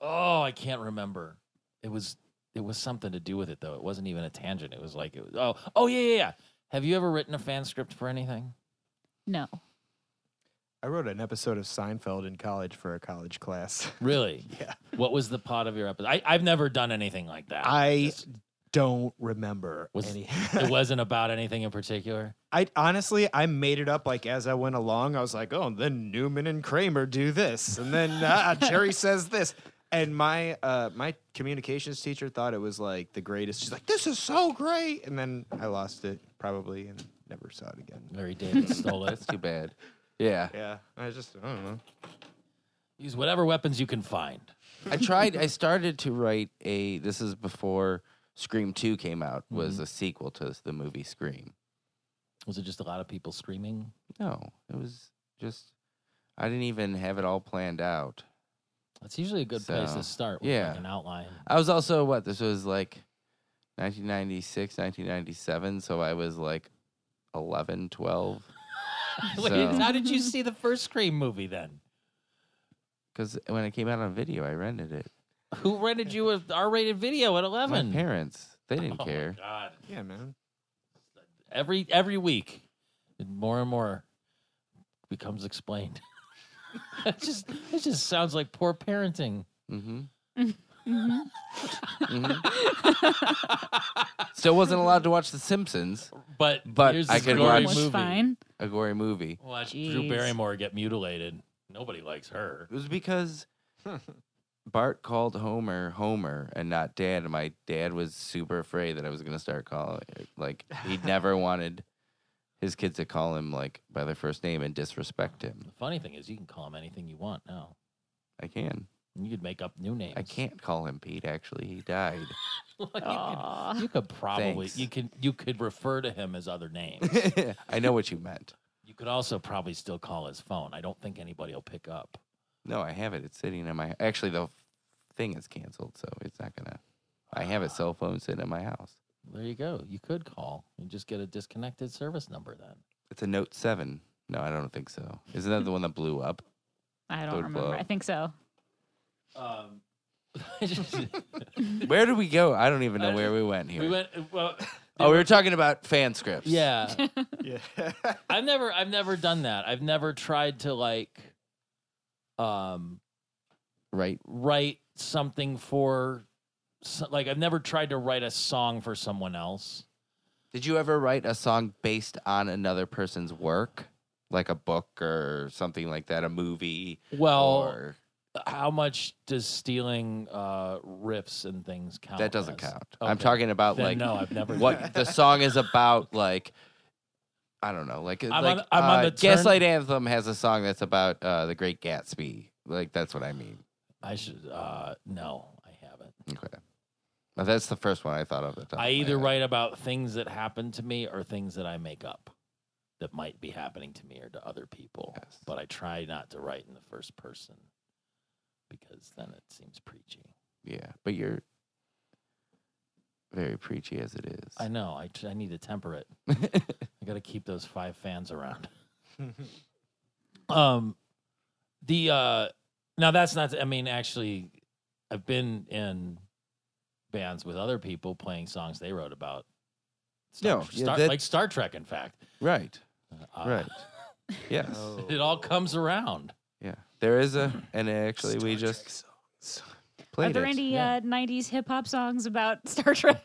oh, I can't remember. It was it was something to do with it though. It wasn't even a tangent. It was like it was, oh oh yeah yeah yeah. Have you ever written a fan script for anything? No. I wrote an episode of Seinfeld in college for a college class. Really? Yeah. What was the plot of your episode? I, I've never done anything like that. I Just- don't remember Was- any. it wasn't about anything in particular. I honestly, I made it up like as I went along. I was like, oh, then Newman and Kramer do this, and then uh, Jerry says this. And my uh, my communications teacher thought it was like the greatest. She's like, this is so great. And then I lost it probably and never saw it again. Larry David stole Oh, it. That's too bad. Yeah. Yeah, I just I don't know. Use whatever weapons you can find. I tried. I started to write a. This is before Scream Two came out. Was a sequel to the movie Scream. Was it just a lot of people screaming? No, it was just. I didn't even have it all planned out. That's usually a good place So, to start with yeah. like an outline. I was also what this was like, 1996, 1997. So I was like, 11, 12. So- how did you see the first Scream movie then? Because when it came out on video, I rented it. Who rented you an R-rated video at My 11? parents, they Oh didn't my care. God. Yeah, man. Every every week, more and more becomes explained. it just it just sounds like poor parenting. Mm-hmm. Mm-hmm. Still wasn't allowed to watch The Simpsons, But But here's I this could gory Sorry, One watch- was movie. fine. a gory movie. Watch Jeez. Drew Barrymore get mutilated. Nobody likes her. It was because Bart called Homer Homer and not Dad, and my dad was super afraid that I was going to start calling. Like he never wanted his kids to call him like by their first name and disrespect him. The funny thing is, you can call him anything you want now. I can. You could make up new names. I can't call him Pete. Actually, he died. Well, you, Aw. could, you could probably Thanks. you can you could refer to him as other names. I know what you meant. you could also probably still call his phone. I don't think anybody will pick up. No, I have it. It's sitting in my. Actually, the thing is canceled, so it's not gonna. I have a cell phone sitting in my house. There you go. You could call and just get a disconnected service number then. It's a Note Seven. No, I don't think so. Isn't that the one that blew up? I Vote don't remember. blow. I think so. Um, Where did we go? I don't even I know where don't- we went here. we went well. oh, we were talking about fan scripts. Yeah, Yeah. I've never I've never done that. I've never tried to like um Right. write something for so- like I've never tried to write a song for someone else. Did you ever write a song based on another person's work, like a book or something like that, a movie? Well, or how much does stealing uh riffs and things count? that doesn't as? count. I'm Okay. talking about Then like no, I've never done what the song is about. Like, I don't know. Like, on- like I'm on uh, the turn- Gaslight Anthem has a song that's about uh, the Great Gatsby. Like, that's what I mean. that. I should uh no, I haven't. Okay. Now, that's the first one I thought of. at The top I of my either head. write about things that happen to me or things that I make up that might be happening to me or to other people. Yes. But I try not to write in the first person because then it seems preachy. Yeah, but you're very preachy as it is. I know. I, tr- I need to temper it. I got to keep those five fans around. um, the uh, now that's not. I mean, actually, I've been in bands with other people playing songs they wrote about. Star, No, yeah, Star, that- like Star Trek. In fact, Right. Uh, Oh. Right. Yes. Oh. It all comes around. Yeah. There is a, and actually we just played Are there it. any yeah. uh, 90s hip hop songs about Star Trek?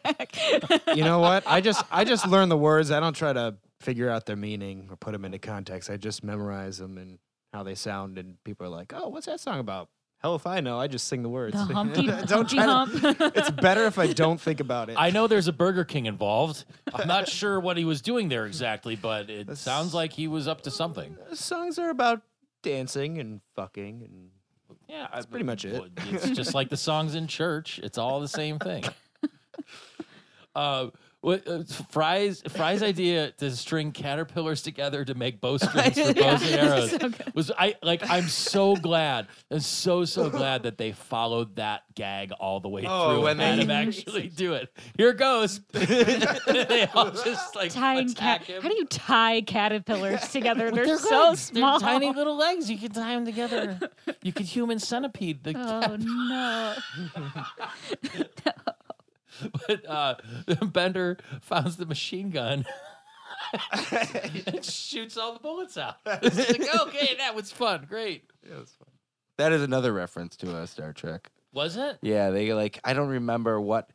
you know what? I just I just learn the words. I don't try to figure out their meaning or put them into context. I just memorize them and how they sound. And people are like, "Oh, what's that song about?" Hell if I know. I just sing the words. the Humpty, Don't humpty try to- Hump. it's better if I don't think about it. I know there's a Burger King involved. I'm not sure what he was doing there exactly, but it sounds like he was up to something. Songs are about dancing and fucking and Yeah, that's pretty much it. It's just like the songs in church. It's all the same thing. uh, what, uh, Fry's Fry's idea to string caterpillars together to make bowstrings for bows and arrows was I like I'm so glad and so so glad that they followed that gag all the way Oh, through when and had they- him actually do it. Here goes. they all just like Tying cat. attack him. How do you tie caterpillars together? They're, They're so legs. small. They're tiny little legs. You can tie them together. You could human centipede the oh no! but uh, Bender finds the machine gun and shoots all the bullets out. It's like, okay, that was fun. Great. That is another reference to uh, Star Trek. Was it? Yeah, they like I don't remember what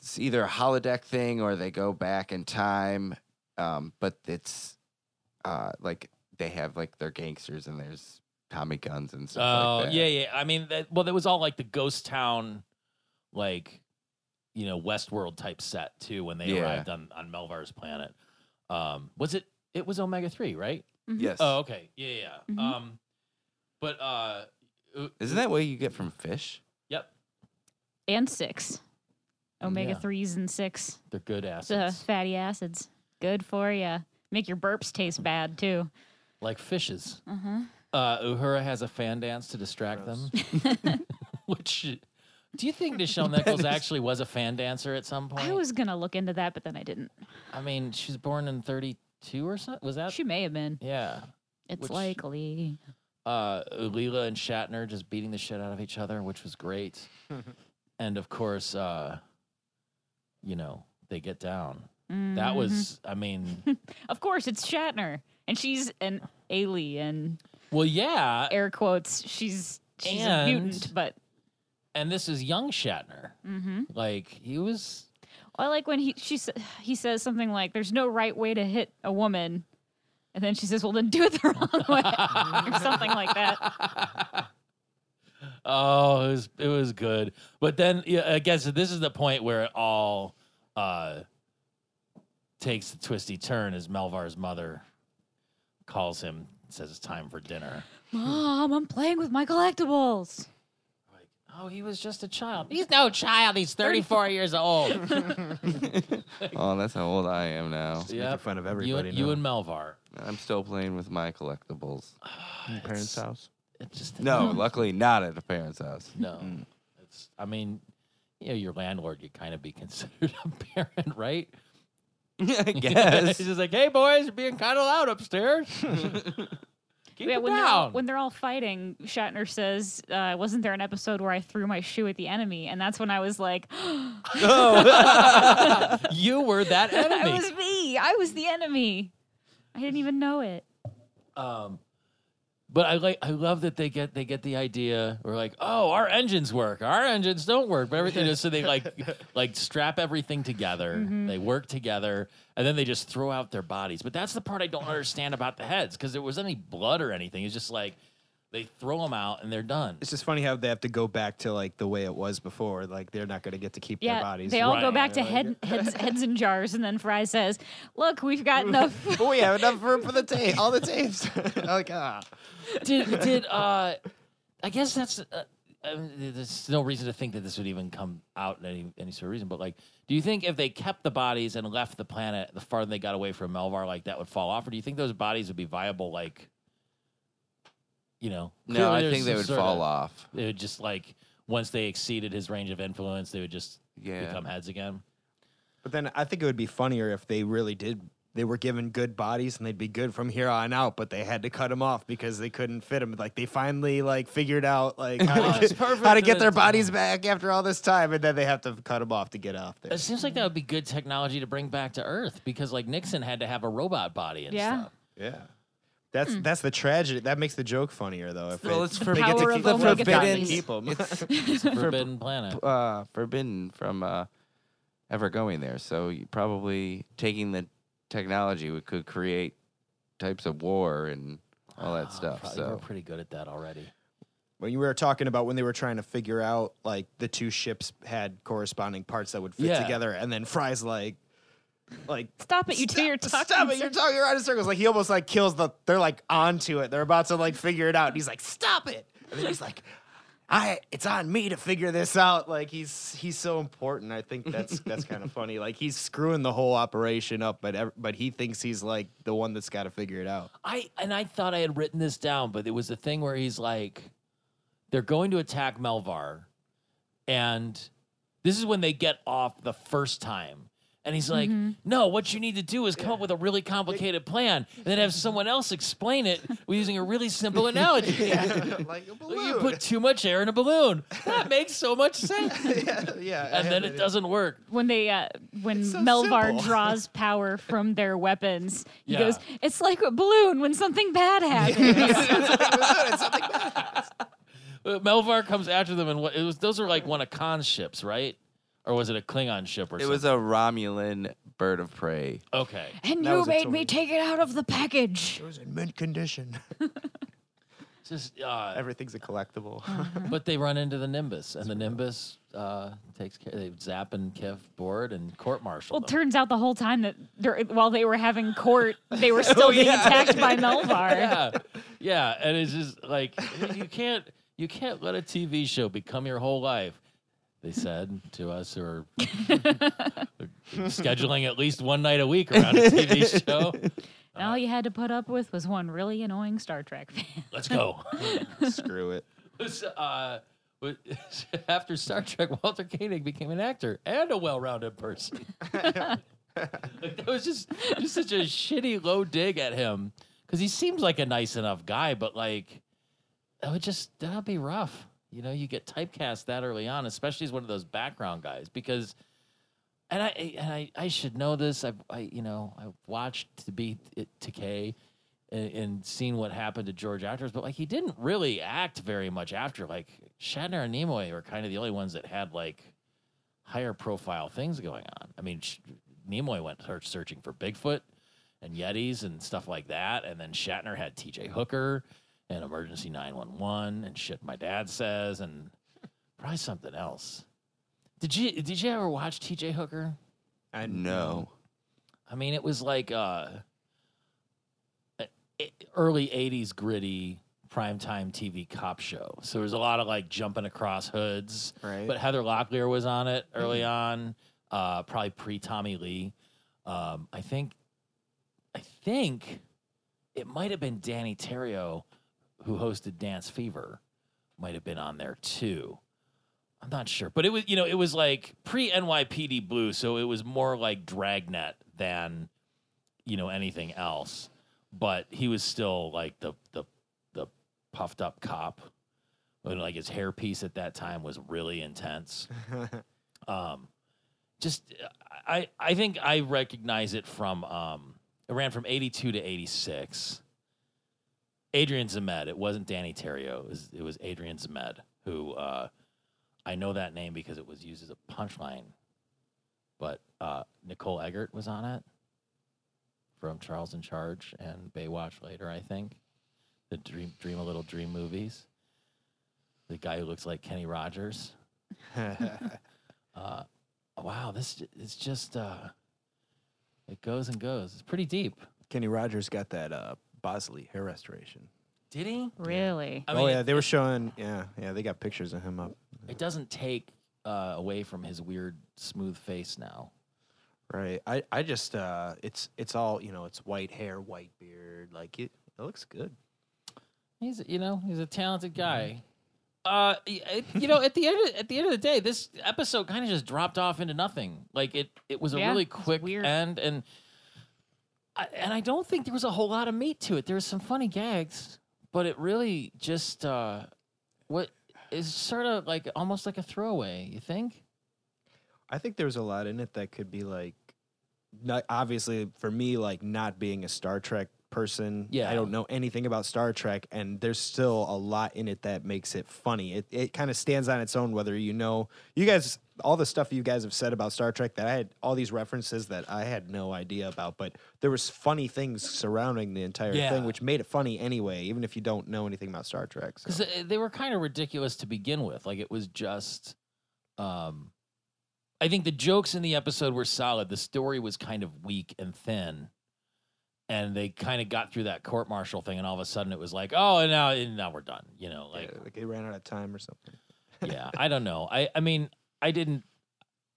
it's either a holodeck thing or they go back in time. Um, but it's uh like they have like their gangsters and there's Tommy guns and Oh, stuff like that. yeah, yeah. I mean, that, well, that was all like the ghost town, like, you know, Westworld type set too when they Yeah. arrived on, on Melvar's planet. Um, was it? It was Omega 3, right? Yes. Oh, okay. Yeah, yeah. yeah. Mm-hmm. Mhm. Um, but, uh, uh, Isn't that what you get from fish? Yep. And six, omega Yeah. threes and six They're good uh, acids. fatty acids. Good for you. Make your burps taste bad too. like fishes. Uh-huh. uh, Uhura has a fan dance to distract them. Which, do you think Nichelle Nichols actually was a fan dancer at some point? I was gonna look into that, but then I didn't. I mean, she's born in '32 or something. Was that? She may have been. yeah. It's which- likely. Uh, Leela and Shatner just beating the shit out of each other, which was great. and of course, uh, you know, they get down. That Mhm. was, I mean, Of course, it's Shatner, and she's an alien. well, yeah. Air quotes. She's she's a mutant, And- but And this is young Shatner. hmm Like he was I like when he she sa- he says something like, "There's no right way to hit a woman," and then she says, "Well, then do it the wrong way," or something like that. Oh, it was it was good. But then yeah, I guess this is the point where it all uh takes the twisty turn as Melvar's mother calls him and says it's time for dinner. Mom, I'm playing with my collectibles. Like, oh, he was just a child. He's no child. He's 34 years old. Oh, that's how old I am now. Making Yep. fun of you, everybody. and, you now. and Melvar. I'm still playing with my collectibles. In your parents' It's- house. It just No, luckily not at a parent's house. No. Mm. It's I mean, you know, your landlord could kind of be considered a parent, right? I He's just like, hey boys, you're being kinda loud upstairs. Keep it when they're, all, down. when they're all fighting, Shatner says, uh, "Wasn't there an episode where I threw my shoe at the enemy?" And that's when I was like, you were that "That enemy. was me. I was the enemy. I didn't even know it." Um, but I like I love that they get they get the idea. We're like, oh, our engines work, our engines don't work, but everything is so they like like strap everything together. Mm-hmm. They work together, and then they just throw out their bodies. But that's the part I don't understand about the heads because there was any blood or anything. It's just like they throw them out and they're done. It's just funny how they have to go back to like the way it was before. Like they're not going to get to keep Yeah, their bodies. they all Right. go back to head, heads, heads in jars, and then Fry says, "Look, we've got enough." but we have enough room for the tape. All the tapes. like ah. did did uh i guess that's uh, um, there's no reason to think that this would even come out in any any sort of reason but like do you think if they kept the bodies and left the planet the farther they got away from melvar like that would fall off or do you think those bodies would be viable like you know No, clearly I there's think they some would sort fall of- off. they would just like once they exceeded his range of influence they would just Yeah. become heads again But then I think it would be funnier if they really did. They were given good bodies and they'd be good from here on out, but they had to cut them off because they couldn't fit them. Like they finally like figured out like Oh, how to it's get, perfect how to that get their it's- bodies back after all this time, and then they have to cut them off to get off there. it seems like that would be good technology to bring back to earth because like nixon had to have a robot body and Yeah. stuff Yeah, that's that's the tragedy. That makes the joke funnier though. If Well, it- it's they for- get to power of keep- they've Omega gotten to families. keep 'em. It's a forbidden planet Uh, forbidden from uh, ever going there. So you probably taking the technology would, could create types of war and all that Ah, stuff. probably we're So pretty good at that already. when you were talking about when they were trying to figure out like the two ships had corresponding parts that would fit Yeah. together, and then Fry's like, like Stop it! You two, you're talking. Stop it! You're talking around in circles. Like he almost like kills the. They're like onto it. They're about to like figure it out, and he's like, "Stop it!" And then he's like, "I. It's on me to figure this out." Like he's he's so important. I think that's that's kind of funny. Like he's screwing the whole operation up, but ev- but he thinks he's like the one that's got to figure it out. I and I thought I had written this down, but it was the thing where he's like, they're going to attack Melvar, and this is when they get off the first time. And he's like, no, what you need to do is come up with a really complicated plan and then have someone else explain it using a really simple analogy. like a You put too much air in a balloon. That makes so much sense. yeah, yeah. And then it doesn't work. when they uh, when It's so Melvar simple. draws power from their weapons, he Yeah. goes, "It's like a balloon when something bad happens." Uh, Melvar comes after them, and what, it was those were like one of Khan's ships, right? Or was it a Klingon ship or it something? was a Romulan bird of prey. okay. And That you was a made total- me take it out of the package. It was in mint condition. Just uh, Everything's a collectible. but they run into the Nimbus, and the Nimbus uh, takes care. They zap and Kev board and court martial. Well, turns out the whole time that dur- while they were having court, they Oh, were still being attacked by Melvar. yeah, yeah, and it's just like you can't you can't let a TV show become your whole life. They said to us who are scheduling at least one night a week around a TV show. And all you had to put up with was one really annoying Star Trek fan. Let's go. Screw it. was uh, was- after Star Trek, Walter Koenig became an actor and a well-rounded person. like, that was just just such a shitty low dig at him because he seems like a nice enough guy, but like that would just that'd be rough. You know, you get typecast that early on, especially as one of those background guys because. And I and I, I should know this. I've I you know I've watched to be it decay and, and seen what happened to George actors, but like he didn't really act very much after. Like Shatner and Nimoy were kind of the only ones that had like higher profile things going on. I mean, Sh- Nimoy went search- searching for Bigfoot and Yetis and stuff like that, and then Shatner had T.J. Hooker and Emergency Nine One One and shit. My dad says and probably something else. Did you did you ever watch T.J. Hooker? I No. I mean, it was like uh, i- early 80s gritty primetime TV cop show. So there's a lot of like jumping across hoods. Right. But Heather Locklear was on it early on, uh, probably pre Tommy Lee. Um, I think, I think it might have been Danny Terrio who hosted Dance Fever, might have been on there too. I'm not sure, but it was you know it was like pre NYPD Blue, so it was more like Dragnet than you know anything else. But he was still like the the the puffed up cop, and like his hairpiece at that time was really intense um, just I I think I recognize it from um, it ran from eighty two to eighty six. Adrian Zemed. It wasn't Danny Terrio. It was, it was Adrian Zemed who uh, I know that name because it was used as a punchline. But uh, Nicole Eggert was on it from Charles in Charge and Baywatch later, I think. The Dream Dream a Little Dream movies. The guy who looks like Kenny Rogers. Uh, wow, this j- it's just uh, it goes and goes. It's pretty deep. Kenny Rogers got that uh, Bosley hair restoration. Did he? Really? I oh mean, yeah, it- they were showing. Yeah, yeah, they got pictures of him up. It doesn't take uh, away from his weird smooth face now. Right. I, I just uh, it's it's all you know. It's white hair, white beard. Like it, it looks good. He's you know he's a talented Mm-hmm. guy. Uh, y- it, you know, at the end of, at the end of the day, this episode kind of just dropped off into nothing. Like it, it was a Yeah, really it's quick weird. end, and I, and I don't think there was a whole lot of meat to it. There was some funny gags, but it really just uh, what is sort of like almost like a throwaway. You think? I think there's a lot in it that could be like, not, obviously for me, like not being a Star Trek person. Yeah. I don't know anything about Star Trek, and there's still a lot in it that makes it funny. It it kind of stands on its own, whether you know you guys all the stuff you guys have said about Star Trek that I had all these references that I had no idea about, but there was funny things surrounding the entire Yeah. thing, which made it funny anyway, even if you don't know anything about Star Trek. So. because they were kind of ridiculous to begin with. Like it was just, um, I think the jokes in the episode were solid. The story was kind of weak and thin, and they kind of got through that court martial thing, and all of a sudden it was like, oh, and now and now we're done. You know, like Yeah, like they ran out of time or something. yeah, I don't know. I I mean, I didn't,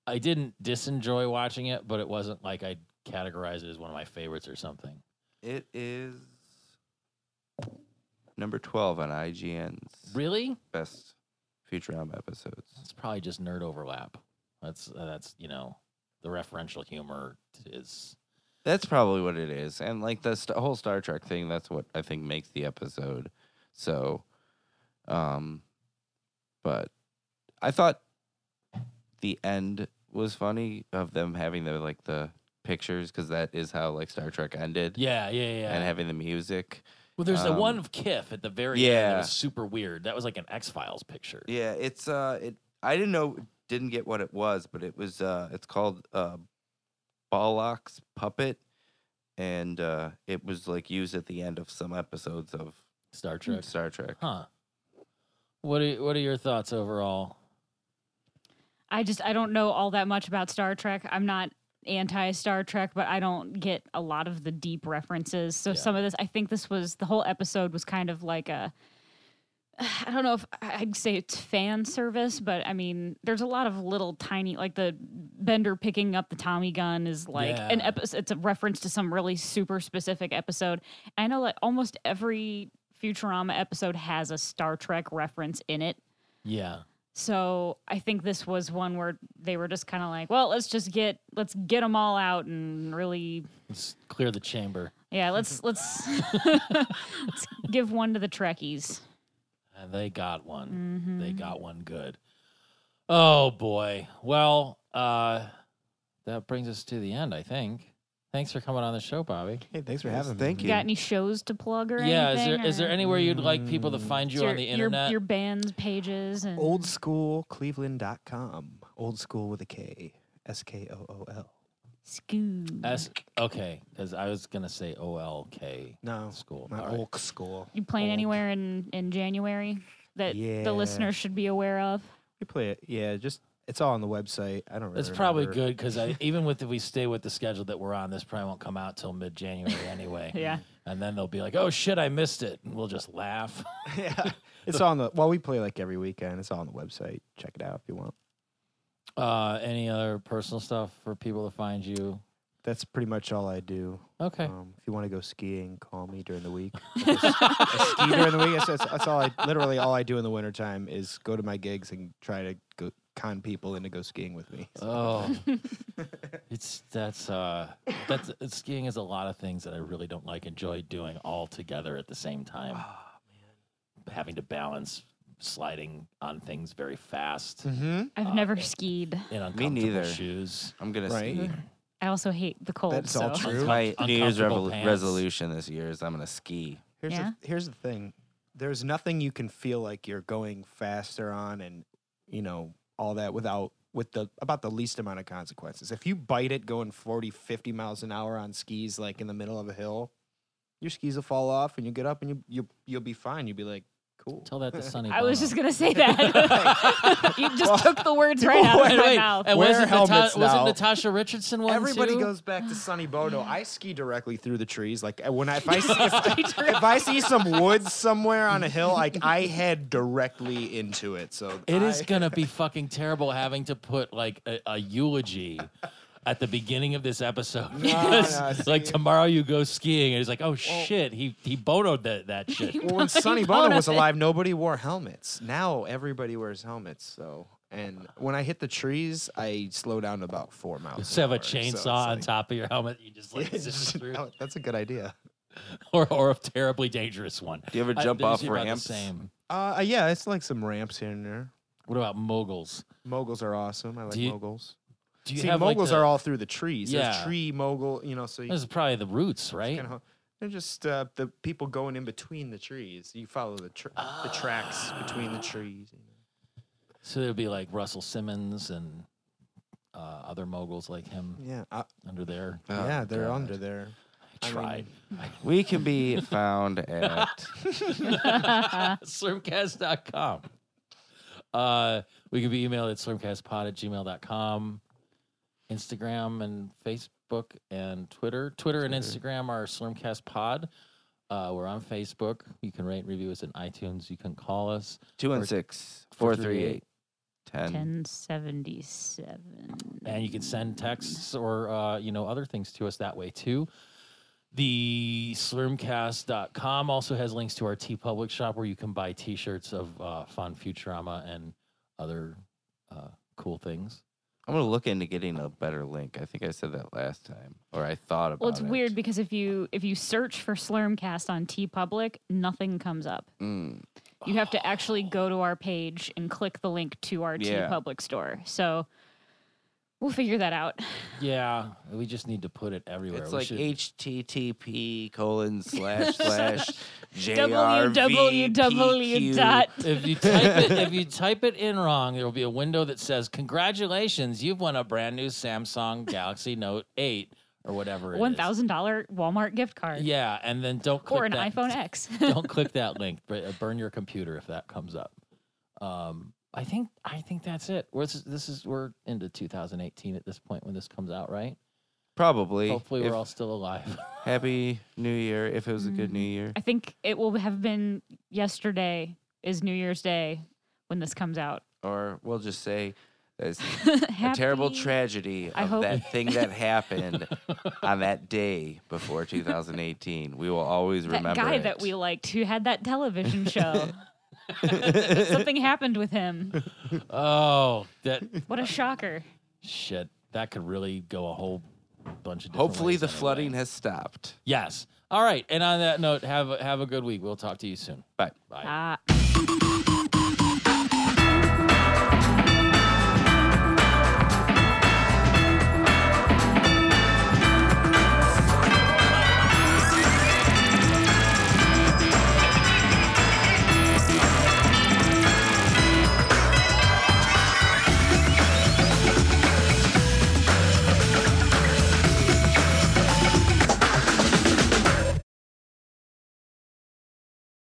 I didn't disenjoy watching it, but it wasn't like I categorize it as one of my favorites or something. It is number 12 on IGN's Really, best Futurama episodes. It's probably just nerd overlap. That's uh, that's you know the referential humor is That's probably what it is. And like the st- whole Star Trek thing, that's what I think makes the episode. So, um, but I thought the end was funny of them having the like the pictures because that is how like Star Trek ended. yeah yeah yeah. And having the music. well, there's the one um, of Kiff at the very end that yeah. was super weird. That was like an X Files picture. Yeah, it's uh, it. I didn't know, didn't get what it was, but it was uh, it's called uh, Balak's puppet, and uh, it was like used at the end of some episodes of Star Trek, Star Trek. huh? What are what are your thoughts overall? I just I don't know all that much about Star Trek. I'm not anti Star Trek, but I don't get a lot of the deep references. So Yeah. some of this, I think this was the whole episode was kind of like a I don't know if I'd say it's fan service, but I mean, there's a lot of little tiny like the Bender picking up the Tommy gun is like an Yeah. episode. It's a reference to some really super specific episode. I know like almost every Futurama episode has a Star Trek reference in it. Yeah, So I think this was one where they were just kind of like, well, let's just get let's get them all out and really, let's clear the chamber. yeah, let's let's let's give one to the Trekkies. And Uh, they got one. Mm-hmm. They got one good. Oh boy. Well, uh, that brings us to the end. I think. Thanks for coming on the show, Bobby. Hey, thanks for Yes, having me. thank You got any shows to plug or yeah, is anything? there is there or- anywhere you'd like people to Mm. find you your, on the your- internet? Your, band's pages and Old school Cleveland.com. Old school with a K. S K O O L. Scoo. S- okay, because I was gonna say O L K No, school. not All right. old school. you playing old. anywhere in in January that Yeah. the listeners should be aware of? We play it. Yeah, just it's all on the website. I don't really. It's probably remember. good because even with if we stay with the schedule that we're on, this probably won't come out till mid January anyway. Yeah, and then they'll be like, "Oh shit, I missed it," and we'll just laugh. yeah. It's on the well, we play like every weekend. It's all on the website. Check it out if you want. Uh, any other personal stuff for people to find you? That's pretty much all I do. Okay. Um, if you want to go skiing, call me during the week. I just- I ski during the week. That's, that's, that's all I literally all I do in the wintertime is go to my gigs and try to go con people into go skiing with me. Oh, it's that's uh, that's uh, skiing is a lot of things that I really don't like enjoy doing all together at the same time. Ah, Having to balance sliding on things very fast Mm-hmm. I've Uh, never skied. in uncomfortable Hmm. neither. shoes. I'm gonna Right. ski. I also hate the cold. That's so. all true. Uncom- My New Year's uncomfortable revol- pants. resolution this year is I'm gonna ski. Here's Yeah. the, here's the thing. There's nothing you can feel like you're going faster on, and you know all that without with the about the least amount of consequences. If you bite it going 40, 50 miles an hour on skis, like in the middle of a hill, your skis will fall off, and you get up, and you you you'll be fine. You'll be like, cool. Tell that to Sonny. I was Bono. just gonna say that. you just took the words right out of Wait, my wait, mouth. And Wear wasn't, helmets Nata- wasn't now. Natasha Richardson one Everybody too? goes back to Sunny Bono. I ski directly through the trees. Like uh, when I, if I see, if, if I see some woods somewhere on a hill, like I head directly into it. So It is I- gonna be fucking terrible having to put like a, a eulogy at the beginning of this episode. because, no, like see- tomorrow you go skiing and he's like, oh shit, he he bodoed that that shit. Well, when Sonny Bono was alive, nobody wore helmets. Now everybody wears helmets. So, and when I hit the trees, I slow down to about four miles. Just an have a hour. So chainsaw it's on like- top of your helmet. You just like It's zip just- through, oh, that's a good idea. or or a terribly dangerous one. Do you ever I- jump these off are about the ramps? Same. Uh, yeah, it's like some ramps here and there. What about moguls? Moguls are awesome. I like you- moguls. Do you See, have like, moguls the- are all through the trees. Yeah. There's tree mogul, you know, so you This is probably the roots, right? kind of. They're just uh, the people going in between the trees. You follow the tr- the tracks between the trees. you know. So there'd be like Russell Simmons and uh, other moguls like him Yeah, uh, under there. Oh, yeah, they're God. under there. I mean- Tried. We can be found at Uh-huh. slurmcast.com. Uh, we can be emailed at slurmcastpod at gmail.com. Instagram and Facebook and Twitter. Twitter and Instagram are slurmcastpod. Uh, we're on Facebook. You can rate and review us in iTunes. You can call us. two Or- and six four three 438. eight ten. Ten seventy seven. and you can send texts or uh, you know other things to us that way too the slurmcast.com also has links to our t public shop where you can buy t-shirts of uh, fun futurama and other uh, cool things I'm gonna look into getting a better link. I think I said that last time, or I thought about. Well, it's it. weird because if you if you search for Slurmcast on T Public, nothing comes up. Mm. You have to actually go to our page and click the link to our T Yeah. Public store. So we'll figure that out. yeah we just need to put it everywhere It's We like should- HTTP colon slash slash www dot JRVQ. if you type it if you type it in wrong there will be a window that says congratulations you've won a brand new samsung galaxy note 8 or whatever it is." one thousand dollar Walmart gift card yeah and then don't click or an that. iPhone X. don't click that link. But uh, burn your computer if that comes up. Um, I think I think that's it. We're, this, is, this is we're into 2018 at this point when this comes out, right? Probably. Hopefully, If- we're all still alive. Happy New Year. If it was a good New Year. Mm. I think it will have been yesterday is New Year's Day when this comes out. or we'll just say there's a Happy- terrible tragedy I of hope- that thing that happened on that day before 2018. We will always That remember guy it. that we liked who had that television show. Something happened with him. oh, that What a shocker. shit! That could really go a whole bunch of. different Hopefully, ways the anyway. flooding has stopped. Yes. All right. And on that note, have a, have a good week. We'll talk to you soon. Bye. Bye. Ah.